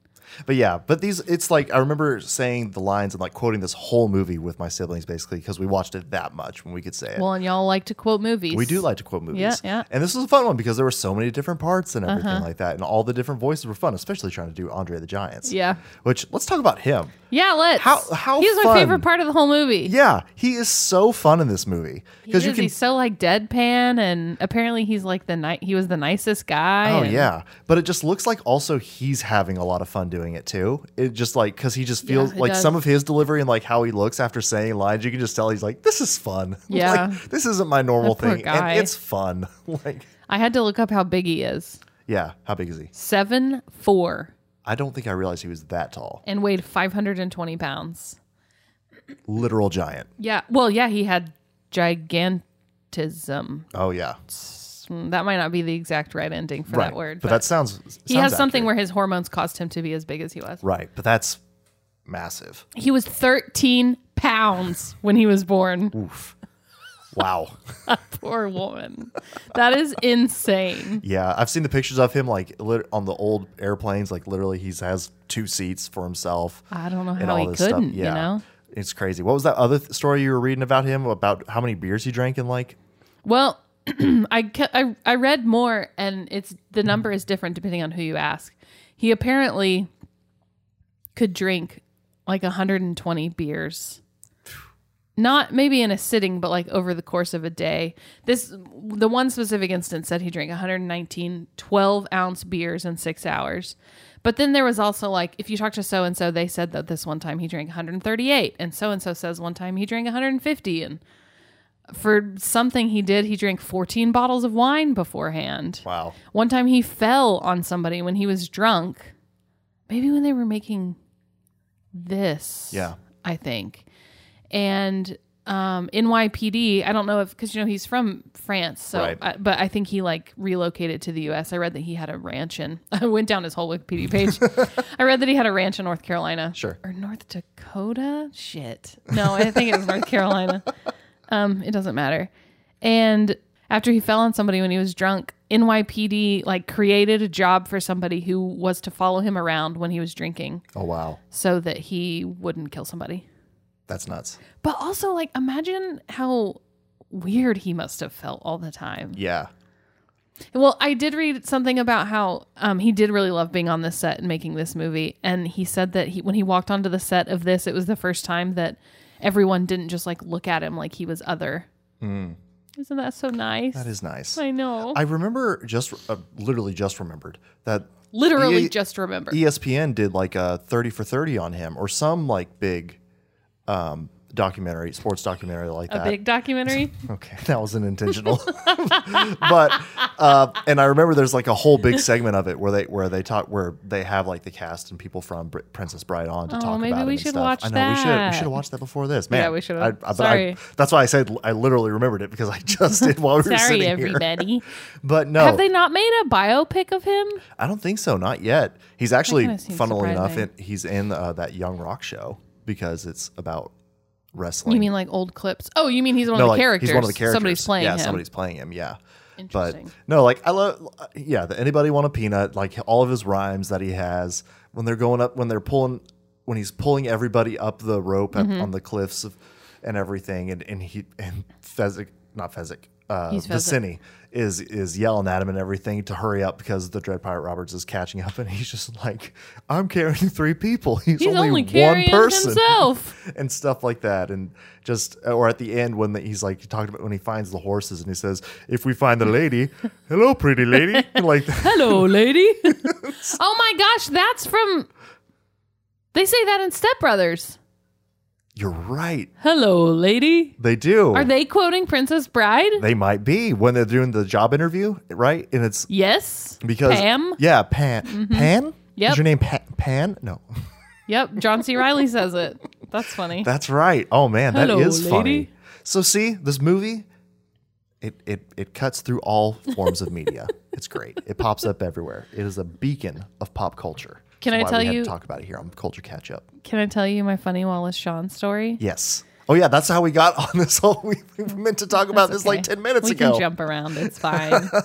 [SPEAKER 1] But yeah, but these it's like I remember saying the lines and like quoting this whole movie with my siblings basically because we watched it that much when we could say it.
[SPEAKER 2] Well, and y'all like to quote movies.
[SPEAKER 1] Eh. we do like to quote movies.
[SPEAKER 2] Yeah, Uh-huh. yeah.
[SPEAKER 1] And this was a fun one because there were so many different parts and everything like that. And all the different voices were fun, especially trying to do Andre the Giants.
[SPEAKER 2] Yeah.
[SPEAKER 1] Which let's talk about him.
[SPEAKER 2] Yeah, let's.
[SPEAKER 1] How- how
[SPEAKER 2] He's my
[SPEAKER 1] fun.
[SPEAKER 2] favorite part of the whole movie.
[SPEAKER 1] Yeah, he is so fun in this movie. Because
[SPEAKER 2] He
[SPEAKER 1] you
[SPEAKER 2] is.
[SPEAKER 1] can
[SPEAKER 2] he's so like deadpan and apparently he's like the night he was the nicest guy
[SPEAKER 1] Oh
[SPEAKER 2] and-
[SPEAKER 1] yeah, but it just looks like also he's having a lot of fun doing it too. It just like because he just feels
[SPEAKER 2] it
[SPEAKER 1] like
[SPEAKER 2] does.
[SPEAKER 1] some of his delivery and like how he looks after saying lines, you can just tell he's like, "This is fun.
[SPEAKER 2] Yeah.
[SPEAKER 1] like, this isn't my normal
[SPEAKER 2] That poor
[SPEAKER 1] thing,
[SPEAKER 2] guy.
[SPEAKER 1] and it's fun." like,
[SPEAKER 2] i had to look up how big he is
[SPEAKER 1] yeah, how big is he?
[SPEAKER 2] seven four
[SPEAKER 1] I don't think I realized he was that tall.
[SPEAKER 2] and weighed 520 pounds
[SPEAKER 1] Literal giant.
[SPEAKER 2] yeah well yeah he had gigantism
[SPEAKER 1] Oh yeah,
[SPEAKER 2] Mm, that might not be the exact right ending for that word
[SPEAKER 1] But, that sounds.
[SPEAKER 2] he has something where his hormones caused him to be as big as he was
[SPEAKER 1] right, but that's massive.
[SPEAKER 2] he was 13 pounds when he was born
[SPEAKER 1] Oof. Wow.
[SPEAKER 2] poor woman that is insane
[SPEAKER 1] Yeah, I've seen the pictures of him like lit- on the old airplanes. Like literally, he has two seats for himself.
[SPEAKER 2] I don't know
[SPEAKER 1] and
[SPEAKER 2] how
[SPEAKER 1] all
[SPEAKER 2] he
[SPEAKER 1] this stuff.
[SPEAKER 2] couldn't, you know?
[SPEAKER 1] it's crazy. What was that other th- story you were reading about him about how many beers he drank in like?
[SPEAKER 2] Well, I, ke- I I read more, and it's the number is different depending on who you ask. He apparently could drink like 120 beers, not maybe in a sitting, but like over the course of a day. This the one specific instance said he drank 119 12 ounce beers in six hours. But then there was also like if you talk to so and so, they said that this one time he drank 138, and so and so says one time he drank 150, and for something he did, he drank 14 bottles of wine beforehand.
[SPEAKER 1] Wow.
[SPEAKER 2] One time he fell on somebody when he was drunk. Maybe when they were making this.
[SPEAKER 1] Yeah.
[SPEAKER 2] I think. And um, NYPD, I don't know if, because, you know, he's from France. So,
[SPEAKER 1] Right.
[SPEAKER 2] I, but I think he like relocated to the U.S. I read that he had a ranch in, I went down his whole Wikipedia page. I read that he had a ranch in North Carolina.
[SPEAKER 1] Sure.
[SPEAKER 2] Or North Dakota? Shit. No, I think it was North Carolina. Um, it doesn't matter. And after he fell on somebody when he was drunk, NYPD like created a job for somebody who was to follow him around when he was drinking
[SPEAKER 1] Oh wow,
[SPEAKER 2] so that he wouldn't kill somebody.
[SPEAKER 1] that's nuts.
[SPEAKER 2] But also like imagine how weird he must have felt all the time.
[SPEAKER 1] Yeah,
[SPEAKER 2] Well, I did read something about how um, he did really love being on this set and making this movie, and he said that he when he walked onto the set of this, it was the first time that everyone didn't just like look at him like he was other. Isn't that so nice?
[SPEAKER 1] Mm. that is nice.
[SPEAKER 2] I know.
[SPEAKER 1] I remember just uh, literally just remembered that
[SPEAKER 2] Literally,
[SPEAKER 1] E-
[SPEAKER 2] just remember.
[SPEAKER 1] ESPN did like a thirty for thirty on him or some like big um, documentary, sports documentary like
[SPEAKER 2] A
[SPEAKER 1] that.
[SPEAKER 2] big documentary.
[SPEAKER 1] Okay, that wasn't intentional. but uh, and I remember there's like a whole big segment of it where they where they talk where they have like the cast and people from Br- Princess Bride on to
[SPEAKER 2] Oh,
[SPEAKER 1] talk
[SPEAKER 2] maybe
[SPEAKER 1] about
[SPEAKER 2] we
[SPEAKER 1] it and
[SPEAKER 2] should
[SPEAKER 1] stuff.
[SPEAKER 2] watch
[SPEAKER 1] I know we should we
[SPEAKER 2] that.
[SPEAKER 1] should have watched that before this, man.
[SPEAKER 2] we should've.
[SPEAKER 1] I- I- but I,
[SPEAKER 2] Sorry.
[SPEAKER 1] that's why I said I literally remembered it because I just did while we were
[SPEAKER 2] Sorry,
[SPEAKER 1] sitting
[SPEAKER 2] everybody.
[SPEAKER 1] here. But no,
[SPEAKER 2] Have they not made a biopic of him?
[SPEAKER 1] I don't think so. Not yet. He's actually,
[SPEAKER 2] kinda seems
[SPEAKER 1] funnily enough, in,
[SPEAKER 2] surprising.
[SPEAKER 1] he's in uh, that Young Rock show because it's about wrestling.
[SPEAKER 2] You mean like old clips? Oh, you mean he's one
[SPEAKER 1] no,
[SPEAKER 2] of the
[SPEAKER 1] like
[SPEAKER 2] characters?
[SPEAKER 1] he's one of the characters.
[SPEAKER 2] Somebody's playing
[SPEAKER 1] yeah,
[SPEAKER 2] him.
[SPEAKER 1] somebody's playing him. Yeah. But
[SPEAKER 2] Interesting.
[SPEAKER 1] no, like I love, yeah. The anybody want a peanut? Like all of his rhymes that he has when they're going up, when they're pulling, when he's pulling everybody up the rope
[SPEAKER 2] Mm-hmm.
[SPEAKER 1] at, on the cliffs of, and everything, and and he and Fezzik, not Fezzik, uh,
[SPEAKER 2] He's Fezzik.
[SPEAKER 1] Vicini is is yelling at him and everything to hurry up because the Dread Pirate Roberts is catching up, and he's just like, I'm carrying three people. He's,
[SPEAKER 2] he's only,
[SPEAKER 1] one
[SPEAKER 2] carrying
[SPEAKER 1] person
[SPEAKER 2] himself.
[SPEAKER 1] and stuff like that and just or at the end when the, he's like talking about when he finds the horses and he says if we find the lady hello pretty lady and like
[SPEAKER 2] Hello, lady. oh my gosh, that's from. They say that in Step Brothers.
[SPEAKER 1] you're right
[SPEAKER 2] Hello, lady.
[SPEAKER 1] they do
[SPEAKER 2] Are they quoting Princess Bride?
[SPEAKER 1] they might be when they're doing the job interview right and it's
[SPEAKER 2] Yes.
[SPEAKER 1] because
[SPEAKER 2] Pam. Mm-hmm.
[SPEAKER 1] yeah pan pan
[SPEAKER 2] Yep.
[SPEAKER 1] is your name pan, pan no
[SPEAKER 2] Yep. John C. Riley says it. That's funny.
[SPEAKER 1] that's right oh man that is
[SPEAKER 2] Hello,
[SPEAKER 1] funny
[SPEAKER 2] lady.
[SPEAKER 1] so see this movie it, it, it cuts through all forms of media. It's great. It pops up everywhere. It is a beacon of pop culture.
[SPEAKER 2] Can
[SPEAKER 1] That's
[SPEAKER 2] I
[SPEAKER 1] why
[SPEAKER 2] tell
[SPEAKER 1] we had to
[SPEAKER 2] you-
[SPEAKER 1] talk about it here on Culture Catch Up.
[SPEAKER 2] Can I tell you my funny Wallace Shawn story?
[SPEAKER 1] Yes. Oh yeah, that's how we got on this whole. We, we meant to talk about
[SPEAKER 2] It's
[SPEAKER 1] this like
[SPEAKER 2] okay.
[SPEAKER 1] ten minutes
[SPEAKER 2] we
[SPEAKER 1] ago.
[SPEAKER 2] can jump around. It's fine. uh,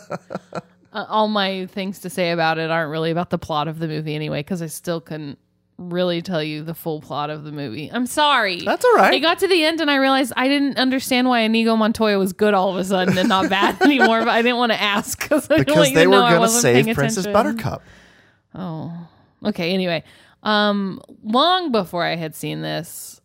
[SPEAKER 2] all my things to say about it aren't really about the plot of the movie anyway, because I still couldn't really tell you the full plot of the movie. I'm sorry.
[SPEAKER 1] That's all right.
[SPEAKER 2] It got to the end, and I realized I didn't understand why Inigo Montoya was good all of a sudden and not bad anymore. But I didn't want to ask because I
[SPEAKER 1] because
[SPEAKER 2] like,
[SPEAKER 1] they were
[SPEAKER 2] know I
[SPEAKER 1] going to
[SPEAKER 2] wasn't
[SPEAKER 1] save
[SPEAKER 2] paying
[SPEAKER 1] Princess
[SPEAKER 2] attention.
[SPEAKER 1] Buttercup.
[SPEAKER 2] Oh, okay. Anyway, um, long before I had seen this,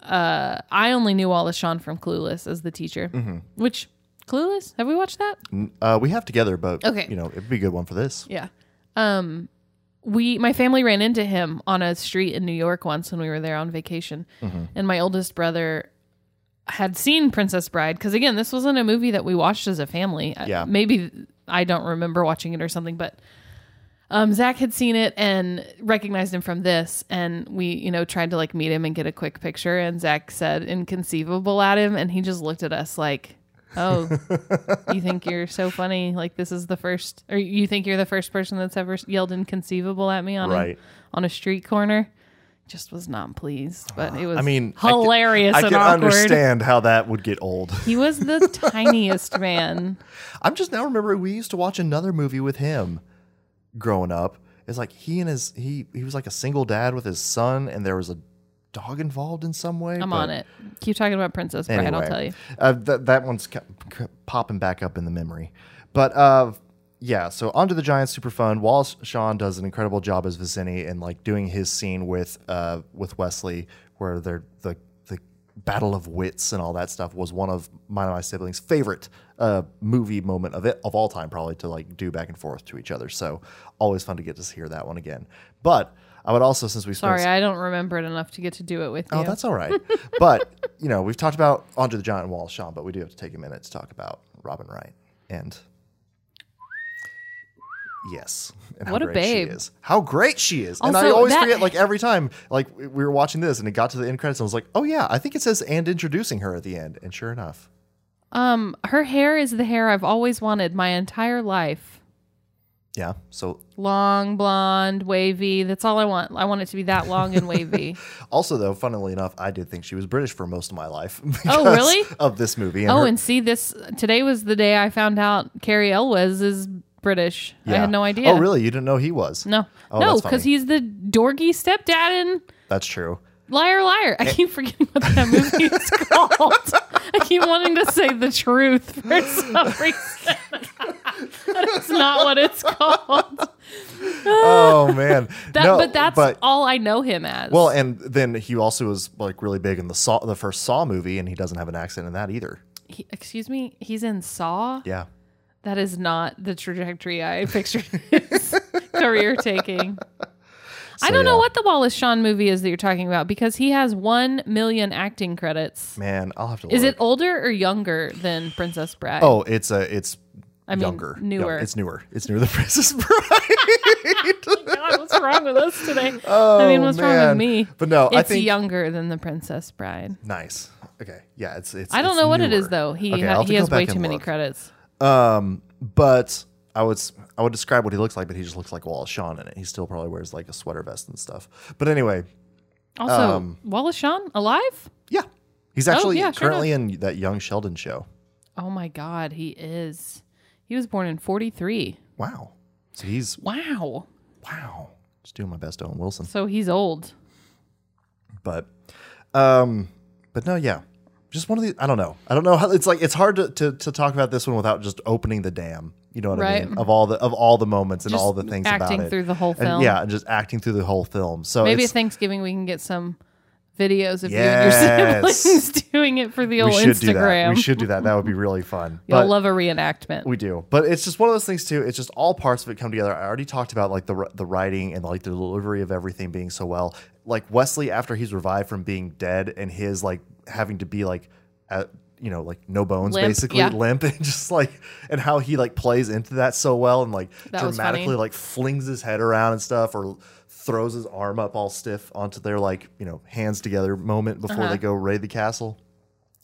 [SPEAKER 2] uh, I only knew Wallace Shawn from Clueless as the teacher. Which Clueless? Have we watched that?
[SPEAKER 1] Uh, we have together, but
[SPEAKER 2] Okay.
[SPEAKER 1] you know it'd be a good one for this.
[SPEAKER 2] Yeah. Um, we my family ran into him on a street in New York once when we were there on vacation, and my oldest brother had seen Princess Bride because again, this wasn't a movie that we watched as a family. Uh,
[SPEAKER 1] Yeah.
[SPEAKER 2] maybe I don't remember watching it or something, but. Um, Zach had seen it and recognized him from this, and we, you know, tried to like meet him and get a quick picture. And Zach said inconceivable at him, and he just looked at us like, "Oh, you think you're so funny like this is the first or you think you're the first person that's ever yelled inconceivable at me on
[SPEAKER 1] Right.
[SPEAKER 2] a, on a street corner just was not pleased but it was
[SPEAKER 1] I mean, I could-
[SPEAKER 2] hilarious
[SPEAKER 1] I
[SPEAKER 2] and
[SPEAKER 1] can
[SPEAKER 2] awkward
[SPEAKER 1] understand how that would get old.
[SPEAKER 2] he was the tiniest man
[SPEAKER 1] I'm just now remembering we used to watch another movie with him growing up. It's like he and his he he was like a single dad with his son, and there was a dog involved in some way.
[SPEAKER 2] i'm
[SPEAKER 1] but
[SPEAKER 2] on it keep talking about princess bride i'll tell you
[SPEAKER 1] Uh, that that one's ca- ca- popping back up in the memory. But uh, yeah, so onto the Giants, super fun. Wallace Shawn does an incredible job as Vicini and like doing his scene with uh, with Wesley, where they're the the battle of wits and all that stuff was one of mine and my siblings' favorite uh, movie moment of it of all time, probably to like do back and forth to each other. So always fun to get to hear that one again. But I would also, since we spent
[SPEAKER 2] sorry i don't remember it enough to get to do it with you
[SPEAKER 1] Oh, that's all right. but you know, we've talked about onto the giant wall, Sean, but we do have to take a minute to talk about Robin Wright and yes, and
[SPEAKER 2] What a
[SPEAKER 1] great
[SPEAKER 2] babe.
[SPEAKER 1] she is. How great she is! and I
[SPEAKER 2] Also,
[SPEAKER 1] always
[SPEAKER 2] that-
[SPEAKER 1] forget, like every time, like we were watching this and it got to the end credits, and I was like, oh yeah, I think it says and introducing her at the end, and sure enough,
[SPEAKER 2] um her hair is the hair i've always wanted my entire life
[SPEAKER 1] yeah. So
[SPEAKER 2] long blonde wavy that's all i want i want it to be that long and wavy
[SPEAKER 1] also though, funnily enough, I did think she was British for most of my life.
[SPEAKER 2] Oh,
[SPEAKER 1] because
[SPEAKER 2] really?
[SPEAKER 1] Of this movie.
[SPEAKER 2] Oh,
[SPEAKER 1] her-
[SPEAKER 2] and see, this today was the day I found out Carrie Elwes is British. I
[SPEAKER 1] yeah.
[SPEAKER 2] had no idea.
[SPEAKER 1] Oh, really? You didn't know he was?
[SPEAKER 2] No,
[SPEAKER 1] Oh,
[SPEAKER 2] no,
[SPEAKER 1] that's funny.
[SPEAKER 2] because he's the dorky stepdad in
[SPEAKER 1] That's true.
[SPEAKER 2] Liar Liar.
[SPEAKER 1] Eh.
[SPEAKER 2] I keep forgetting what that movie is called. I keep wanting to say the truth for some reason. That's not what it's called.
[SPEAKER 1] Oh man.
[SPEAKER 2] That,
[SPEAKER 1] no,
[SPEAKER 2] but that's
[SPEAKER 1] but
[SPEAKER 2] all I know him as.
[SPEAKER 1] Well, and then he also was like really big in the Saw, the first Saw movie, and he doesn't have an accent in that either.
[SPEAKER 2] He- excuse me, he's in Saw.
[SPEAKER 1] Yeah,
[SPEAKER 2] That is not the trajectory I pictured his career taking. I don't know
[SPEAKER 1] yeah.
[SPEAKER 2] what the Wallace Shawn movie is that you're talking about because he has 1 million acting credits.
[SPEAKER 1] Man, I'll have to.
[SPEAKER 2] Is
[SPEAKER 1] look.
[SPEAKER 2] it older or younger than Princess Bride?
[SPEAKER 1] Oh, it's a it's.
[SPEAKER 2] I mean,
[SPEAKER 1] younger, Young-
[SPEAKER 2] newer.
[SPEAKER 1] It's newer. It's newer than Princess Bride.
[SPEAKER 2] Oh, God, what's wrong with us today?
[SPEAKER 1] oh,
[SPEAKER 2] I mean, what's wrong with
[SPEAKER 1] man.
[SPEAKER 2] me?
[SPEAKER 1] But no,
[SPEAKER 2] it's
[SPEAKER 1] I think
[SPEAKER 2] younger than the Princess Bride.
[SPEAKER 1] nice. Okay, yeah, it's it's.
[SPEAKER 2] I don't
[SPEAKER 1] it's
[SPEAKER 2] know what it is
[SPEAKER 1] newer.
[SPEAKER 2] though. He
[SPEAKER 1] Okay, I'll
[SPEAKER 2] ha-
[SPEAKER 1] have to
[SPEAKER 2] he
[SPEAKER 1] go
[SPEAKER 2] has way
[SPEAKER 1] back
[SPEAKER 2] too
[SPEAKER 1] and
[SPEAKER 2] many
[SPEAKER 1] look.
[SPEAKER 2] credits.
[SPEAKER 1] but I would s- I would describe what he looks like, but he just looks like Wallace Shawn in it. He still probably wears like a sweater vest and stuff. But anyway,
[SPEAKER 2] Also,
[SPEAKER 1] Um,
[SPEAKER 2] Wallace Shawn alive?
[SPEAKER 1] yeah, he's actually
[SPEAKER 2] Oh, yeah, sure
[SPEAKER 1] currently in that Young Sheldon show.
[SPEAKER 2] Oh my God, he is. He was born in '43.
[SPEAKER 1] Wow. So he's
[SPEAKER 2] Wow.
[SPEAKER 1] wow. Just doing my best, Owen Wilson.
[SPEAKER 2] So he's old.
[SPEAKER 1] But um, but no, yeah. Just one of the I don't know. I don't know how it's like it's hard to, to, to talk about this one without just opening the dam. You know what I
[SPEAKER 2] Right.
[SPEAKER 1] mean? Of all the of all the moments and
[SPEAKER 2] Just
[SPEAKER 1] all the things
[SPEAKER 2] acting
[SPEAKER 1] about it.
[SPEAKER 2] through the whole
[SPEAKER 1] And
[SPEAKER 2] film.
[SPEAKER 1] yeah, and just acting through the whole film. So
[SPEAKER 2] Maybe
[SPEAKER 1] it's,
[SPEAKER 2] Thanksgiving we can get some videos of you and your
[SPEAKER 1] Yes.
[SPEAKER 2] siblings doing it for
[SPEAKER 1] we
[SPEAKER 2] the old
[SPEAKER 1] should do that.
[SPEAKER 2] Instagram.
[SPEAKER 1] We should do that. That would be really fun.
[SPEAKER 2] You'll
[SPEAKER 1] But-
[SPEAKER 2] love a reenactment.
[SPEAKER 1] We do, but it's just one of those things too. It's just all parts of it come together. I already talked about like the ri- the writing and like the delivery of everything being so well. Like Wesley after he's revived from being dead and his like having to be like at you know like no bones
[SPEAKER 2] Limp,
[SPEAKER 1] basically
[SPEAKER 2] yeah.
[SPEAKER 1] limp and just like and how he like plays into that so well and like
[SPEAKER 2] That was
[SPEAKER 1] dramatically
[SPEAKER 2] funny.
[SPEAKER 1] like flings his head around and stuff or throws his arm up all stiff onto their like you know hands together moment before
[SPEAKER 2] Uh-huh.
[SPEAKER 1] they go raid the castle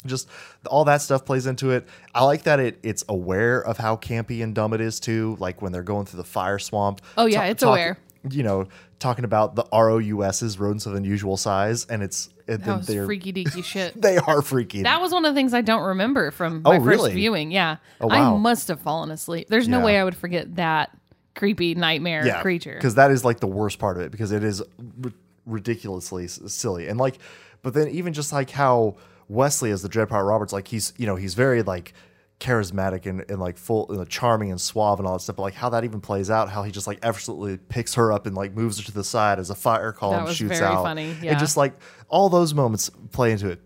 [SPEAKER 1] just all that stuff plays into it. I like that it it's aware of how campy and dumb it is too. Like when they're going through the fire swamp.
[SPEAKER 2] Oh, yeah,
[SPEAKER 1] ta-
[SPEAKER 2] it's
[SPEAKER 1] talk-
[SPEAKER 2] aware.
[SPEAKER 1] You know, talking about the ROUSs, rodents of unusual size, and it's and
[SPEAKER 2] that
[SPEAKER 1] then
[SPEAKER 2] was
[SPEAKER 1] they're
[SPEAKER 2] freaky deaky shit.
[SPEAKER 1] they are freaky.
[SPEAKER 2] That was one of the things I don't remember from my
[SPEAKER 1] Oh, really? Oh,
[SPEAKER 2] first viewing. Yeah.
[SPEAKER 1] wow.
[SPEAKER 2] I must have fallen asleep. There's
[SPEAKER 1] Yeah.
[SPEAKER 2] no way I would forget that creepy nightmare creature.
[SPEAKER 1] because that is like the worst part of it because it is ri- ridiculously s- silly and like, but then even just like how Wesley as the Dread Pirate Roberts, like he's you know he's very like charismatic and, and like full you know, charming and suave and all that stuff but like how that even plays out how he just like absolutely picks her up and like moves her to the side as a fire
[SPEAKER 2] That
[SPEAKER 1] column
[SPEAKER 2] was
[SPEAKER 1] shoots
[SPEAKER 2] very
[SPEAKER 1] out
[SPEAKER 2] funny,
[SPEAKER 1] and
[SPEAKER 2] yeah.
[SPEAKER 1] just like all those moments play into it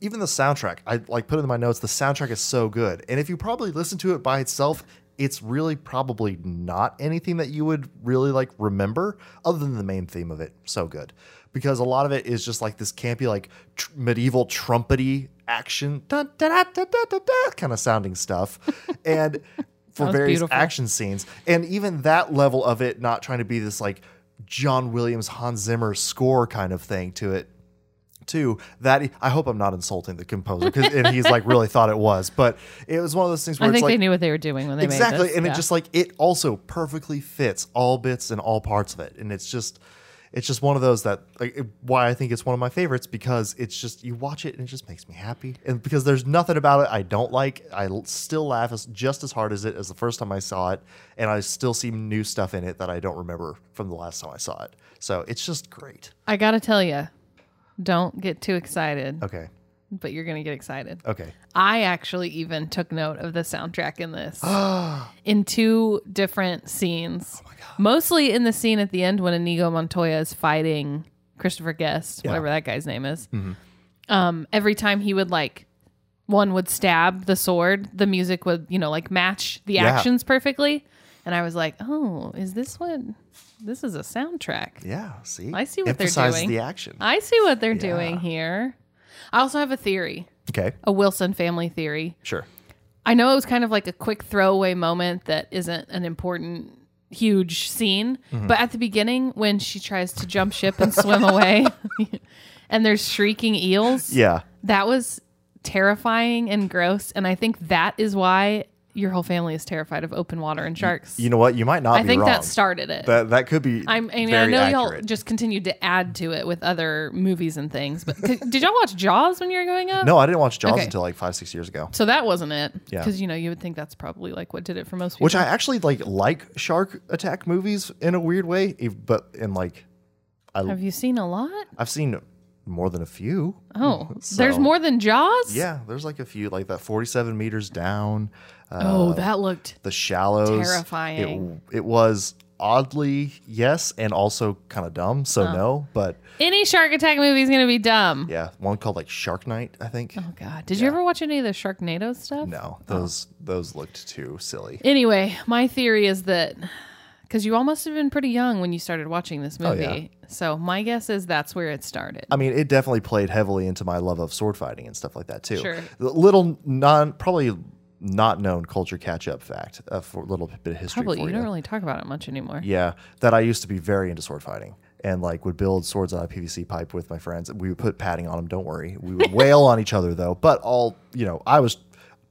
[SPEAKER 1] even the soundtrack i like put it in my notes the soundtrack is so good and if you probably listen to it by itself it's really probably not anything that you would really like remember other than the main theme of it so good because a lot of it is just like this campy like tr- medieval trumpety action dun, da, da, da, da, da, da, kind of sounding stuff and for
[SPEAKER 2] Sounds
[SPEAKER 1] various
[SPEAKER 2] beautiful.
[SPEAKER 1] action scenes and even that level of it not trying to be this like john williams hans zimmer score kind of thing to it too that I hope I'm not insulting the composer because and he's like really thought it was, but it was one of those things where
[SPEAKER 2] I
[SPEAKER 1] it's
[SPEAKER 2] think
[SPEAKER 1] like
[SPEAKER 2] they knew what they were doing when they made
[SPEAKER 1] exactly,
[SPEAKER 2] this.
[SPEAKER 1] and
[SPEAKER 2] Yeah.
[SPEAKER 1] it just like it also perfectly fits all bits and all parts of it, and it's just it's just one of those that like, it- why I think it's one of my favorites because it's just you watch it and it just makes me happy, and because there's nothing about it I don't like, I l- still laugh as just as hard as it as the first time I saw it, and I still see new stuff in it that I don't remember from the last time I saw it, so it's just great.
[SPEAKER 2] I gotta tell you, don't get too excited,
[SPEAKER 1] Okay,
[SPEAKER 2] but you're gonna get excited.
[SPEAKER 1] okay,
[SPEAKER 2] I actually even took note of the soundtrack in this in two different scenes. Mostly in the scene at the end when Inigo Montoya is fighting Christopher Guest, whatever that guy's name is. Um, every time he would like one would stab the sword, the music would, you know, like match the actions perfectly. And I was like, "Oh, is this what this is a soundtrack?"
[SPEAKER 1] yeah. See,
[SPEAKER 2] I see what they're
[SPEAKER 1] Emphasizes
[SPEAKER 2] doing.
[SPEAKER 1] the action.
[SPEAKER 2] I see what they're doing here. I also have a theory,
[SPEAKER 1] Okay.
[SPEAKER 2] a Wilson family theory.
[SPEAKER 1] Sure.
[SPEAKER 2] I know it was kind of like a quick throwaway moment that isn't an important huge scene,
[SPEAKER 1] Mm-hmm.
[SPEAKER 2] but at the beginning when she tries to jump ship and swim away and there's shrieking eels,
[SPEAKER 1] Yeah.
[SPEAKER 2] that was terrifying and gross and I think that is why your whole family is terrified of open water and sharks.
[SPEAKER 1] You know what? You might not
[SPEAKER 2] I
[SPEAKER 1] be
[SPEAKER 2] think
[SPEAKER 1] wrong.
[SPEAKER 2] that started it.
[SPEAKER 1] that that could be.
[SPEAKER 2] I'm, I mean, I
[SPEAKER 1] very
[SPEAKER 2] know y'all
[SPEAKER 1] accurate.
[SPEAKER 2] just continued to add to it with other movies and things, but did y'all watch Jaws when you were growing up?
[SPEAKER 1] No, I didn't watch Jaws
[SPEAKER 2] Okay.
[SPEAKER 1] until like five, six years ago.
[SPEAKER 2] So that wasn't it.
[SPEAKER 1] Yeah.
[SPEAKER 2] Because, you know, you would think that's probably like what did it for most people.
[SPEAKER 1] Which I actually like like shark attack movies in a weird way, ev- but and like
[SPEAKER 2] Have you seen a lot?
[SPEAKER 1] I've seen more than a few.
[SPEAKER 2] Oh,
[SPEAKER 1] So-
[SPEAKER 2] there's more than Jaws?
[SPEAKER 1] Yeah, there's like a few like that. Forty-seven meters down. Uh,
[SPEAKER 2] Oh, that looked.
[SPEAKER 1] the shallows.
[SPEAKER 2] Terrifying.
[SPEAKER 1] It, it was oddly yes, and also kind of dumb. So
[SPEAKER 2] Uh.
[SPEAKER 1] no, but
[SPEAKER 2] Any shark attack movie is going to be dumb.
[SPEAKER 1] yeah, one called like Shark Night, I think.
[SPEAKER 2] Oh, God. Did you ever watch any of the Sharknado stuff?
[SPEAKER 1] No, those those looked too silly.
[SPEAKER 2] Anyway, my theory is that Because you all must have been pretty young when you started watching this movie.
[SPEAKER 1] Oh, yeah.
[SPEAKER 2] So my guess is that's where it started.
[SPEAKER 1] I mean, it definitely played heavily into my love of sword fighting and stuff like that too.
[SPEAKER 2] Sure.
[SPEAKER 1] The Little non, probably not known culture catch up fact, a for little bit of history
[SPEAKER 2] Probably
[SPEAKER 1] for
[SPEAKER 2] you
[SPEAKER 1] you.
[SPEAKER 2] don't really talk about it much anymore.
[SPEAKER 1] Yeah, that I used to be very into sword fighting and like would build swords on a PVC pipe with my friends. We would put padding on them. Don't worry, we would wail on each other though. But all you know, I was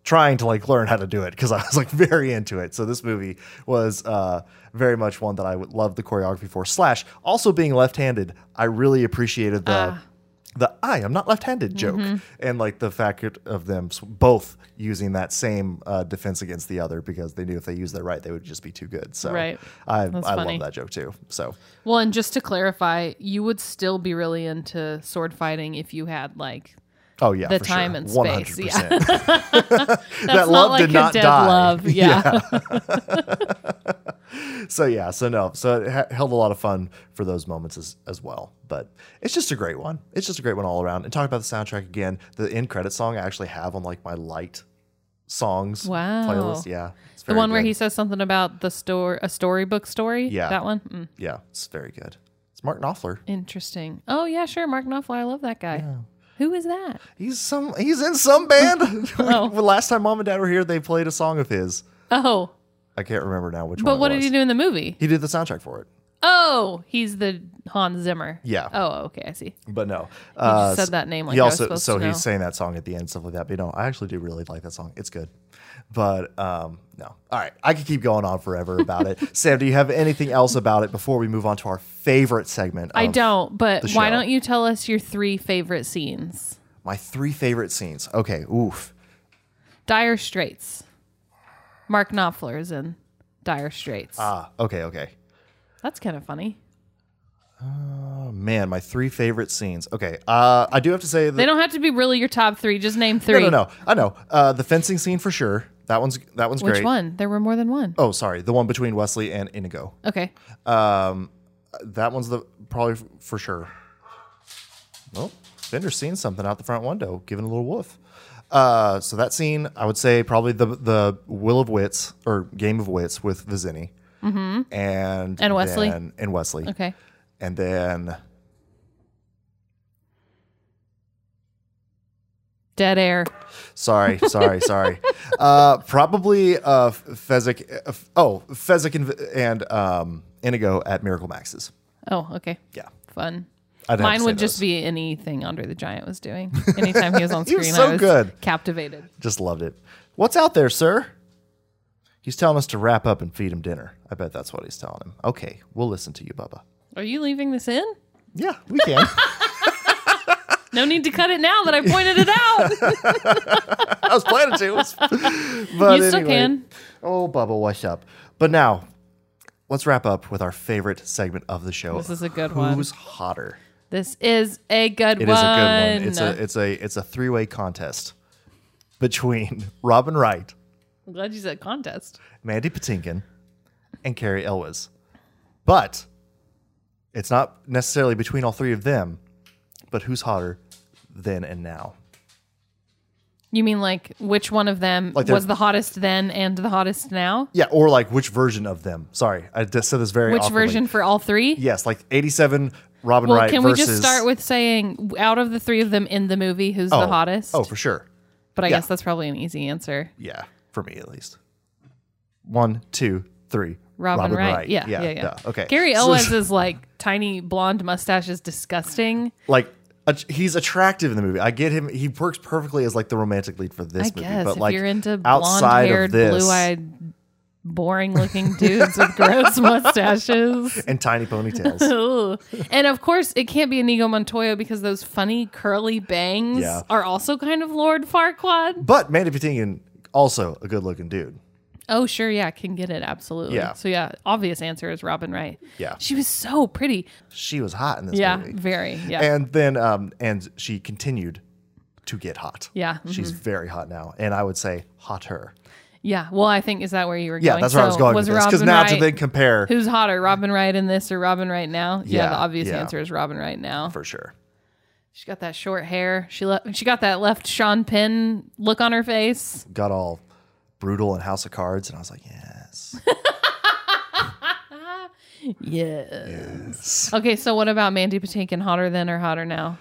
[SPEAKER 1] trying to like learn how to do it because I was like very into it. So this movie was uh, very much one that I would love the choreography for. Slash, also being left-handed, I really appreciated the.
[SPEAKER 2] Ah.
[SPEAKER 1] The I am not left-handed joke,
[SPEAKER 2] Mm-hmm.
[SPEAKER 1] and like the fact of them s- both using that same uh, defense against the other because they knew if they used their right, they would just be too good. So
[SPEAKER 2] Right.
[SPEAKER 1] I,
[SPEAKER 2] That's
[SPEAKER 1] I
[SPEAKER 2] funny.
[SPEAKER 1] love that joke too. So
[SPEAKER 2] Well, and just to clarify, you would still be really into sword fighting if you had like
[SPEAKER 1] oh yeah,
[SPEAKER 2] The
[SPEAKER 1] for
[SPEAKER 2] time
[SPEAKER 1] sure.
[SPEAKER 2] and space, yeah.
[SPEAKER 1] 100%.
[SPEAKER 2] that's
[SPEAKER 1] That love did not die.
[SPEAKER 2] love. Yeah.
[SPEAKER 1] so yeah, so no, so it ha- held a lot of fun for those moments as, as well. But it's just a great one. It's just a great one all around. And talking about the soundtrack again, the end credit song I actually have on like my light songs
[SPEAKER 2] Wow.
[SPEAKER 1] playlist. Yeah, it's
[SPEAKER 2] the
[SPEAKER 1] very
[SPEAKER 2] one where
[SPEAKER 1] good.
[SPEAKER 2] he says something about the store, a storybook story.
[SPEAKER 1] Yeah.
[SPEAKER 2] that one. Mm,
[SPEAKER 1] yeah, it's very good. It's Martin Offler.
[SPEAKER 2] interesting. Oh yeah, sure. Mark Knopfler, I love that guy. Who is that?
[SPEAKER 1] He's some. He's in some band.
[SPEAKER 2] Oh.
[SPEAKER 1] Last time mom and dad were here, they played a song of his.
[SPEAKER 2] Oh,
[SPEAKER 1] I can't remember now which one.
[SPEAKER 2] but
[SPEAKER 1] it
[SPEAKER 2] what did
[SPEAKER 1] was.
[SPEAKER 2] he do in the movie?
[SPEAKER 1] He did the soundtrack for it.
[SPEAKER 2] Oh, he's the Hans Zimmer.
[SPEAKER 1] Yeah.
[SPEAKER 2] Oh, okay, I see.
[SPEAKER 1] But no, he
[SPEAKER 2] just said that name like
[SPEAKER 1] he
[SPEAKER 2] I was
[SPEAKER 1] also
[SPEAKER 2] supposed
[SPEAKER 1] so
[SPEAKER 2] to
[SPEAKER 1] he's
[SPEAKER 2] know.
[SPEAKER 1] saying that song at the end, stuff like that. But no, I actually do really like that song. It's good. But um, no, all right, I could keep going on forever about it. Sam, do you have anything else about it before we move on to our favorite segment? Of
[SPEAKER 2] I don't. But why
[SPEAKER 1] show.
[SPEAKER 2] don't you tell us your three favorite scenes?
[SPEAKER 1] My three favorite scenes. Okay, oof.
[SPEAKER 2] Dire Straits. Mark Knopfler is in Dire Straits.
[SPEAKER 1] Ah, okay, okay.
[SPEAKER 2] That's kind of funny.
[SPEAKER 1] Oh man, my three favorite scenes. Okay, uh, I do have to say that
[SPEAKER 2] They don't have to be really your top three. Just name three.
[SPEAKER 1] no, no, no. I know uh, the fencing scene for sure. That one's that one's
[SPEAKER 2] Which
[SPEAKER 1] great.
[SPEAKER 2] one? There were more than one.
[SPEAKER 1] Oh, sorry, the one between Wesley and Inigo.
[SPEAKER 2] Okay.
[SPEAKER 1] That one's the probably f- for sure. Well, Bender's seen something out the front window, giving a little woof. Uh, so that scene, I would say probably the the Will of Wits or Game of Wits with Vizini and
[SPEAKER 2] Mm-hmm. And Wesley?
[SPEAKER 1] then- and Wesley,
[SPEAKER 2] Okay.
[SPEAKER 1] and then
[SPEAKER 2] Dead air.
[SPEAKER 1] sorry, sorry, sorry, uh, probably uh, Fezzik. Uh, f- oh, Fezzik and, V- and um, Inigo at Miracle Max's.
[SPEAKER 2] Oh, okay.
[SPEAKER 1] Yeah,
[SPEAKER 2] Fun.
[SPEAKER 1] I'd have to
[SPEAKER 2] Mine
[SPEAKER 1] say
[SPEAKER 2] would just
[SPEAKER 1] those.
[SPEAKER 2] be anything Andre the Giant was doing. Anytime he was on
[SPEAKER 1] He
[SPEAKER 2] screen,
[SPEAKER 1] was
[SPEAKER 2] I
[SPEAKER 1] so
[SPEAKER 2] was
[SPEAKER 1] good.
[SPEAKER 2] captivated.
[SPEAKER 1] Just loved it. What's out there, sir? He's telling us to wrap up and feed him dinner. I bet that's what he's telling him. Okay, we'll listen to you, Bubba.
[SPEAKER 2] Are you leaving this in?
[SPEAKER 1] Yeah, we can.
[SPEAKER 2] No need to cut it now that I pointed it out.
[SPEAKER 1] I was planning to. But
[SPEAKER 2] You still
[SPEAKER 1] anyway.
[SPEAKER 2] can.
[SPEAKER 1] Oh, Bubba, what's up? But now, let's wrap up with our favorite segment of the show.
[SPEAKER 2] This is a good one.
[SPEAKER 1] Who's hotter?
[SPEAKER 2] This is a good
[SPEAKER 1] It is
[SPEAKER 2] one.
[SPEAKER 1] a good one. It's a it's a it's a three way contest between Robin Wright,
[SPEAKER 2] I'm glad you said contest.
[SPEAKER 1] Mandy Patinkin, and Carrie Elwes. But it's not necessarily between all three of them, but who's hotter then and now?
[SPEAKER 2] You mean like which one of them
[SPEAKER 1] Like they're-
[SPEAKER 2] was the hottest then and the hottest now?
[SPEAKER 1] Yeah, or like which version of them? Sorry, I just said this very
[SPEAKER 2] Which
[SPEAKER 1] awkwardly.
[SPEAKER 2] version for all three?
[SPEAKER 1] Yes, like 87 Robin
[SPEAKER 2] Well,
[SPEAKER 1] Wright
[SPEAKER 2] can
[SPEAKER 1] versus.
[SPEAKER 2] we just start with saying out of the three of them in the movie, who's the
[SPEAKER 1] Oh,
[SPEAKER 2] hottest?
[SPEAKER 1] Oh, for sure.
[SPEAKER 2] but I
[SPEAKER 1] yeah.
[SPEAKER 2] guess that's probably an easy answer.
[SPEAKER 1] Yeah, for me at least. One, two, three.
[SPEAKER 2] Robin, Wright. Yeah, yeah, yeah.
[SPEAKER 1] duh. Okay.
[SPEAKER 2] Gary
[SPEAKER 1] So-
[SPEAKER 2] Elwes is like tiny blonde mustache is disgusting.
[SPEAKER 1] like att- he's attractive in the movie. I get him. He works perfectly as like the romantic lead for this
[SPEAKER 2] I
[SPEAKER 1] movie.
[SPEAKER 2] guess
[SPEAKER 1] but
[SPEAKER 2] if
[SPEAKER 1] like
[SPEAKER 2] you're into blonde
[SPEAKER 1] outside
[SPEAKER 2] haired,
[SPEAKER 1] of this
[SPEAKER 2] blue eyed, boring looking dudes with gross mustaches.
[SPEAKER 1] and tiny ponytails,
[SPEAKER 2] Ooh. And of course, it can't be Inigo Montoya because those funny curly bangs
[SPEAKER 1] Yeah.
[SPEAKER 2] are also kind of Lord Farquaad.
[SPEAKER 1] but Mandy Patinkin also a good looking dude.
[SPEAKER 2] Oh, sure. Yeah. Can get it. Absolutely.
[SPEAKER 1] Yeah.
[SPEAKER 2] So, yeah, obvious answer is Robin Wright.
[SPEAKER 1] Yeah.
[SPEAKER 2] She was so pretty.
[SPEAKER 1] She was hot in this
[SPEAKER 2] Yeah.
[SPEAKER 1] movie,
[SPEAKER 2] Very. Yeah.
[SPEAKER 1] and then um and she continued to get hot.
[SPEAKER 2] Yeah, mm-hmm.
[SPEAKER 1] she's very hot now, and I would say hotter.
[SPEAKER 2] yeah. Well, I think, is that where you were
[SPEAKER 1] Yeah,
[SPEAKER 2] going?
[SPEAKER 1] that's where I was
[SPEAKER 2] So,
[SPEAKER 1] going with this because
[SPEAKER 2] Robin
[SPEAKER 1] now to
[SPEAKER 2] Wright-
[SPEAKER 1] then compare
[SPEAKER 2] Who's hotter, Robin Wright in this or Robin Wright now? Yeah,
[SPEAKER 1] Yeah,
[SPEAKER 2] the obvious
[SPEAKER 1] yeah.
[SPEAKER 2] answer is Robin Wright now.
[SPEAKER 1] for sure.
[SPEAKER 2] She got that short hair. She le- she got that left Sean Penn look on her face.
[SPEAKER 1] Got all brutal in House of Cards, and I was like, yes.
[SPEAKER 2] Yeah. Okay, so what about Mandy Patinkin? Hotter than or hotter now?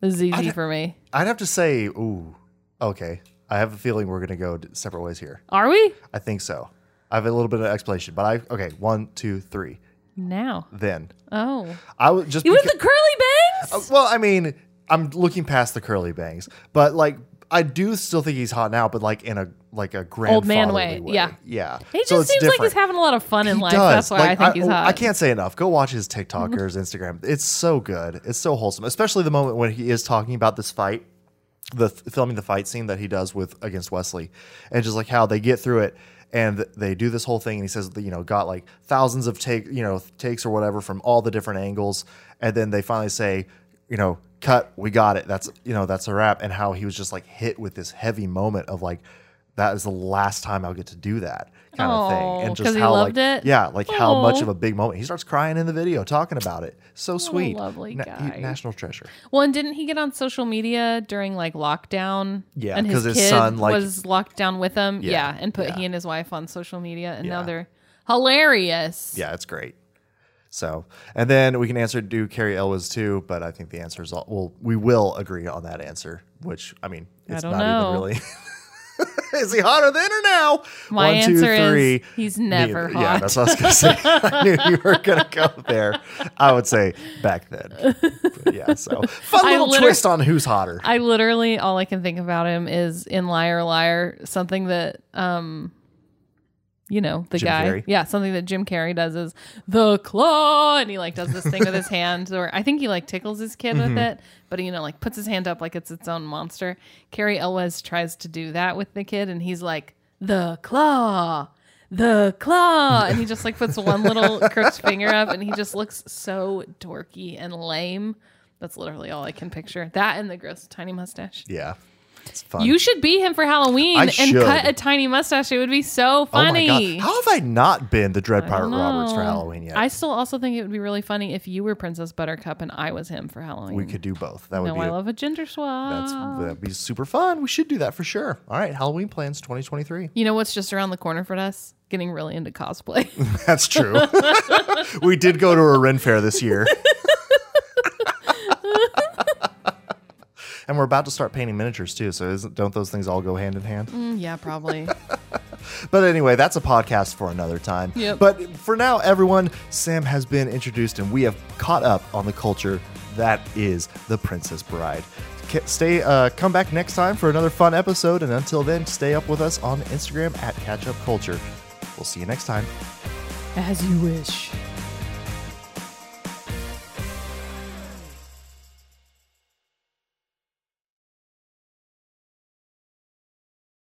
[SPEAKER 2] This is easy for me.
[SPEAKER 1] I'd have to say, ooh, okay. I have a feeling we're gonna go d- separate ways here.
[SPEAKER 2] Are we
[SPEAKER 1] I think so. I have a little bit of explanation, but I okay. One, two, three.
[SPEAKER 2] now?
[SPEAKER 1] Then
[SPEAKER 2] Oh,
[SPEAKER 1] I would just
[SPEAKER 2] you with
[SPEAKER 1] beca-
[SPEAKER 2] the curly bangs?
[SPEAKER 1] Uh, Well, I mean, I'm looking past the curly bangs, but like I do still think he's hot now, but like in a like a grandfatherly
[SPEAKER 2] Old man way, yeah.
[SPEAKER 1] yeah.
[SPEAKER 2] He just
[SPEAKER 1] So it's
[SPEAKER 2] seems like he's
[SPEAKER 1] different.
[SPEAKER 2] having a lot of fun in
[SPEAKER 1] He
[SPEAKER 2] life.
[SPEAKER 1] does.
[SPEAKER 2] That's why I
[SPEAKER 1] Like,
[SPEAKER 2] think he's
[SPEAKER 1] oh,
[SPEAKER 2] hot.
[SPEAKER 1] I can't say enough. Go watch his TikTok or his Instagram. It's so good. It's so wholesome, especially the moment when he is talking about this fight, the filming the fight scene that he does with against Wesley, and just like how they get through it and they do this whole thing. And he says, you know, got like thousands of take, you know, takes or whatever from all the different angles, and then they finally say, you know, cut. We got it. That's you know, that's a wrap. And how he was just like hit with this heavy moment of like. That is the last time I'll get to do that kind of
[SPEAKER 2] Aw,
[SPEAKER 1] thing, and
[SPEAKER 2] 'cause
[SPEAKER 1] just
[SPEAKER 2] he
[SPEAKER 1] how
[SPEAKER 2] loved
[SPEAKER 1] like
[SPEAKER 2] it?
[SPEAKER 1] yeah, like how much
[SPEAKER 2] Aw.
[SPEAKER 1] of a big moment. He starts crying in the video talking about it. So sweet.
[SPEAKER 2] lovely guy.
[SPEAKER 1] national treasure.
[SPEAKER 2] Well, and didn't he get on social media during like lockdown?
[SPEAKER 1] Yeah,
[SPEAKER 2] and
[SPEAKER 1] 'cause his son, like-
[SPEAKER 2] was locked down with him. Yeah,
[SPEAKER 1] Yeah,
[SPEAKER 2] and put
[SPEAKER 1] yeah.
[SPEAKER 2] he and his wife on social media, and now
[SPEAKER 1] Yeah.
[SPEAKER 2] they're hilarious.
[SPEAKER 1] Yeah, it's great. So, and then we can answer do Carrie Elwes too, but I think the answer is all, well, we will agree on that answer, which I mean,
[SPEAKER 2] I
[SPEAKER 1] it's
[SPEAKER 2] don't
[SPEAKER 1] not
[SPEAKER 2] know.
[SPEAKER 1] even really. is he hotter than or now?
[SPEAKER 2] My
[SPEAKER 1] One, two,
[SPEAKER 2] answer is
[SPEAKER 1] three.
[SPEAKER 2] he's never
[SPEAKER 1] Neither- Yeah,
[SPEAKER 2] hot.
[SPEAKER 1] that's what I was gonna say. I knew you were gonna go there. I would say back then. But yeah, so fun
[SPEAKER 2] I
[SPEAKER 1] little
[SPEAKER 2] literally-
[SPEAKER 1] twist on who's hotter.
[SPEAKER 2] I literally all I can think about him is in Liar Liar, something that um you know, the
[SPEAKER 1] Jim
[SPEAKER 2] guy.
[SPEAKER 1] Carrey?
[SPEAKER 2] Yeah, something that Jim Carrey does is the claw and he like does this thing with his hand or I think he like tickles his kid
[SPEAKER 1] Mm-hmm.
[SPEAKER 2] with it, but you know, like puts his hand up like it's its own monster. Carrie Elwes tries to do that with the kid and he's like, The claw. The claw, and he just like puts one little crooked finger up, and he just looks so dorky and lame. That's literally all I can picture. That and the gross tiny mustache.
[SPEAKER 1] yeah, it's fun.
[SPEAKER 2] You should be him for Halloween
[SPEAKER 1] I
[SPEAKER 2] and
[SPEAKER 1] should.
[SPEAKER 2] cut a tiny mustache. It would be so funny.
[SPEAKER 1] Oh my god! How have I not been the Dread
[SPEAKER 2] I
[SPEAKER 1] Pirate
[SPEAKER 2] don't
[SPEAKER 1] Roberts for
[SPEAKER 2] know.
[SPEAKER 1] Halloween yet?
[SPEAKER 2] I still also think it would be really funny if you were Princess Buttercup and I was him for Halloween.
[SPEAKER 1] we could do both. That would
[SPEAKER 2] no,
[SPEAKER 1] be
[SPEAKER 2] I love a gender swap.
[SPEAKER 1] that's that'd be super fun. We should do that for sure. All right, Halloween plans 2023.
[SPEAKER 2] you know what's just around the corner for us? Getting really into cosplay.
[SPEAKER 1] That's true. we did go to a Ren fair this year. And we're about to start painting miniatures too, so isn't, don't those things all go hand in hand?
[SPEAKER 2] Mm, yeah, probably.
[SPEAKER 1] But anyway, that's a podcast for another time.
[SPEAKER 2] Yep.
[SPEAKER 1] But for now, everyone, Sam has been introduced and we have caught up on the culture that is The Princess Bride. Ca- Stay, uh, come back next time for another fun episode. And until then, stay up with us on Instagram at Catch Up Culture. We'll see you next time.
[SPEAKER 2] As you wish.